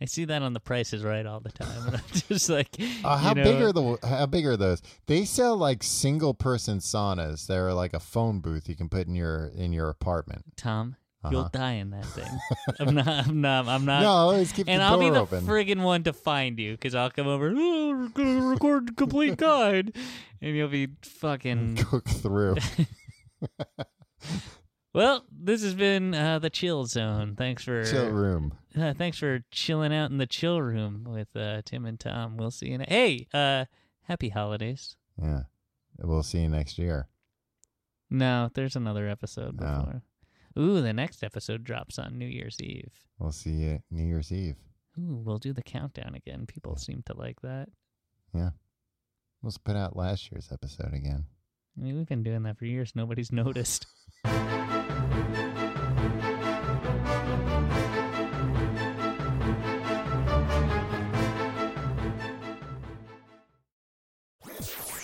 S3: I see that on the prices right all the time, and I'm just like,
S2: Uh, how
S3: you know,
S2: big are the how big are those? They sell like single person saunas. They're like a phone booth you can put in your in your apartment.
S3: Tom?
S2: Uh-huh.
S3: You'll die in that thing. I'm not. I'm not. I'm not.
S2: no, always keep
S3: Uh, and
S2: the
S3: I'll
S2: door
S3: be the
S2: open.
S3: friggin' one to find you because I'll come over. Oh, we're gonna record the complete guide, and you'll be fucking.
S2: Cook through.
S3: Well, this has been uh, the chill zone. Thanks for
S2: Chill room.
S3: Uh, thanks for chilling out in the chill room with uh, Tim and Tom. We'll see you. In hey, uh, happy holidays.
S2: Yeah. We'll see you next year.
S3: No, there's another episode
S2: Oh.
S3: before. Ooh, the next episode drops on New Year's Eve.
S2: We'll see you New Year's Eve.
S3: Ooh, we'll do the countdown again. People seem to like that.
S2: Let's put out last year's episode again.
S3: I mean, we've been doing that for years. Nobody's noticed.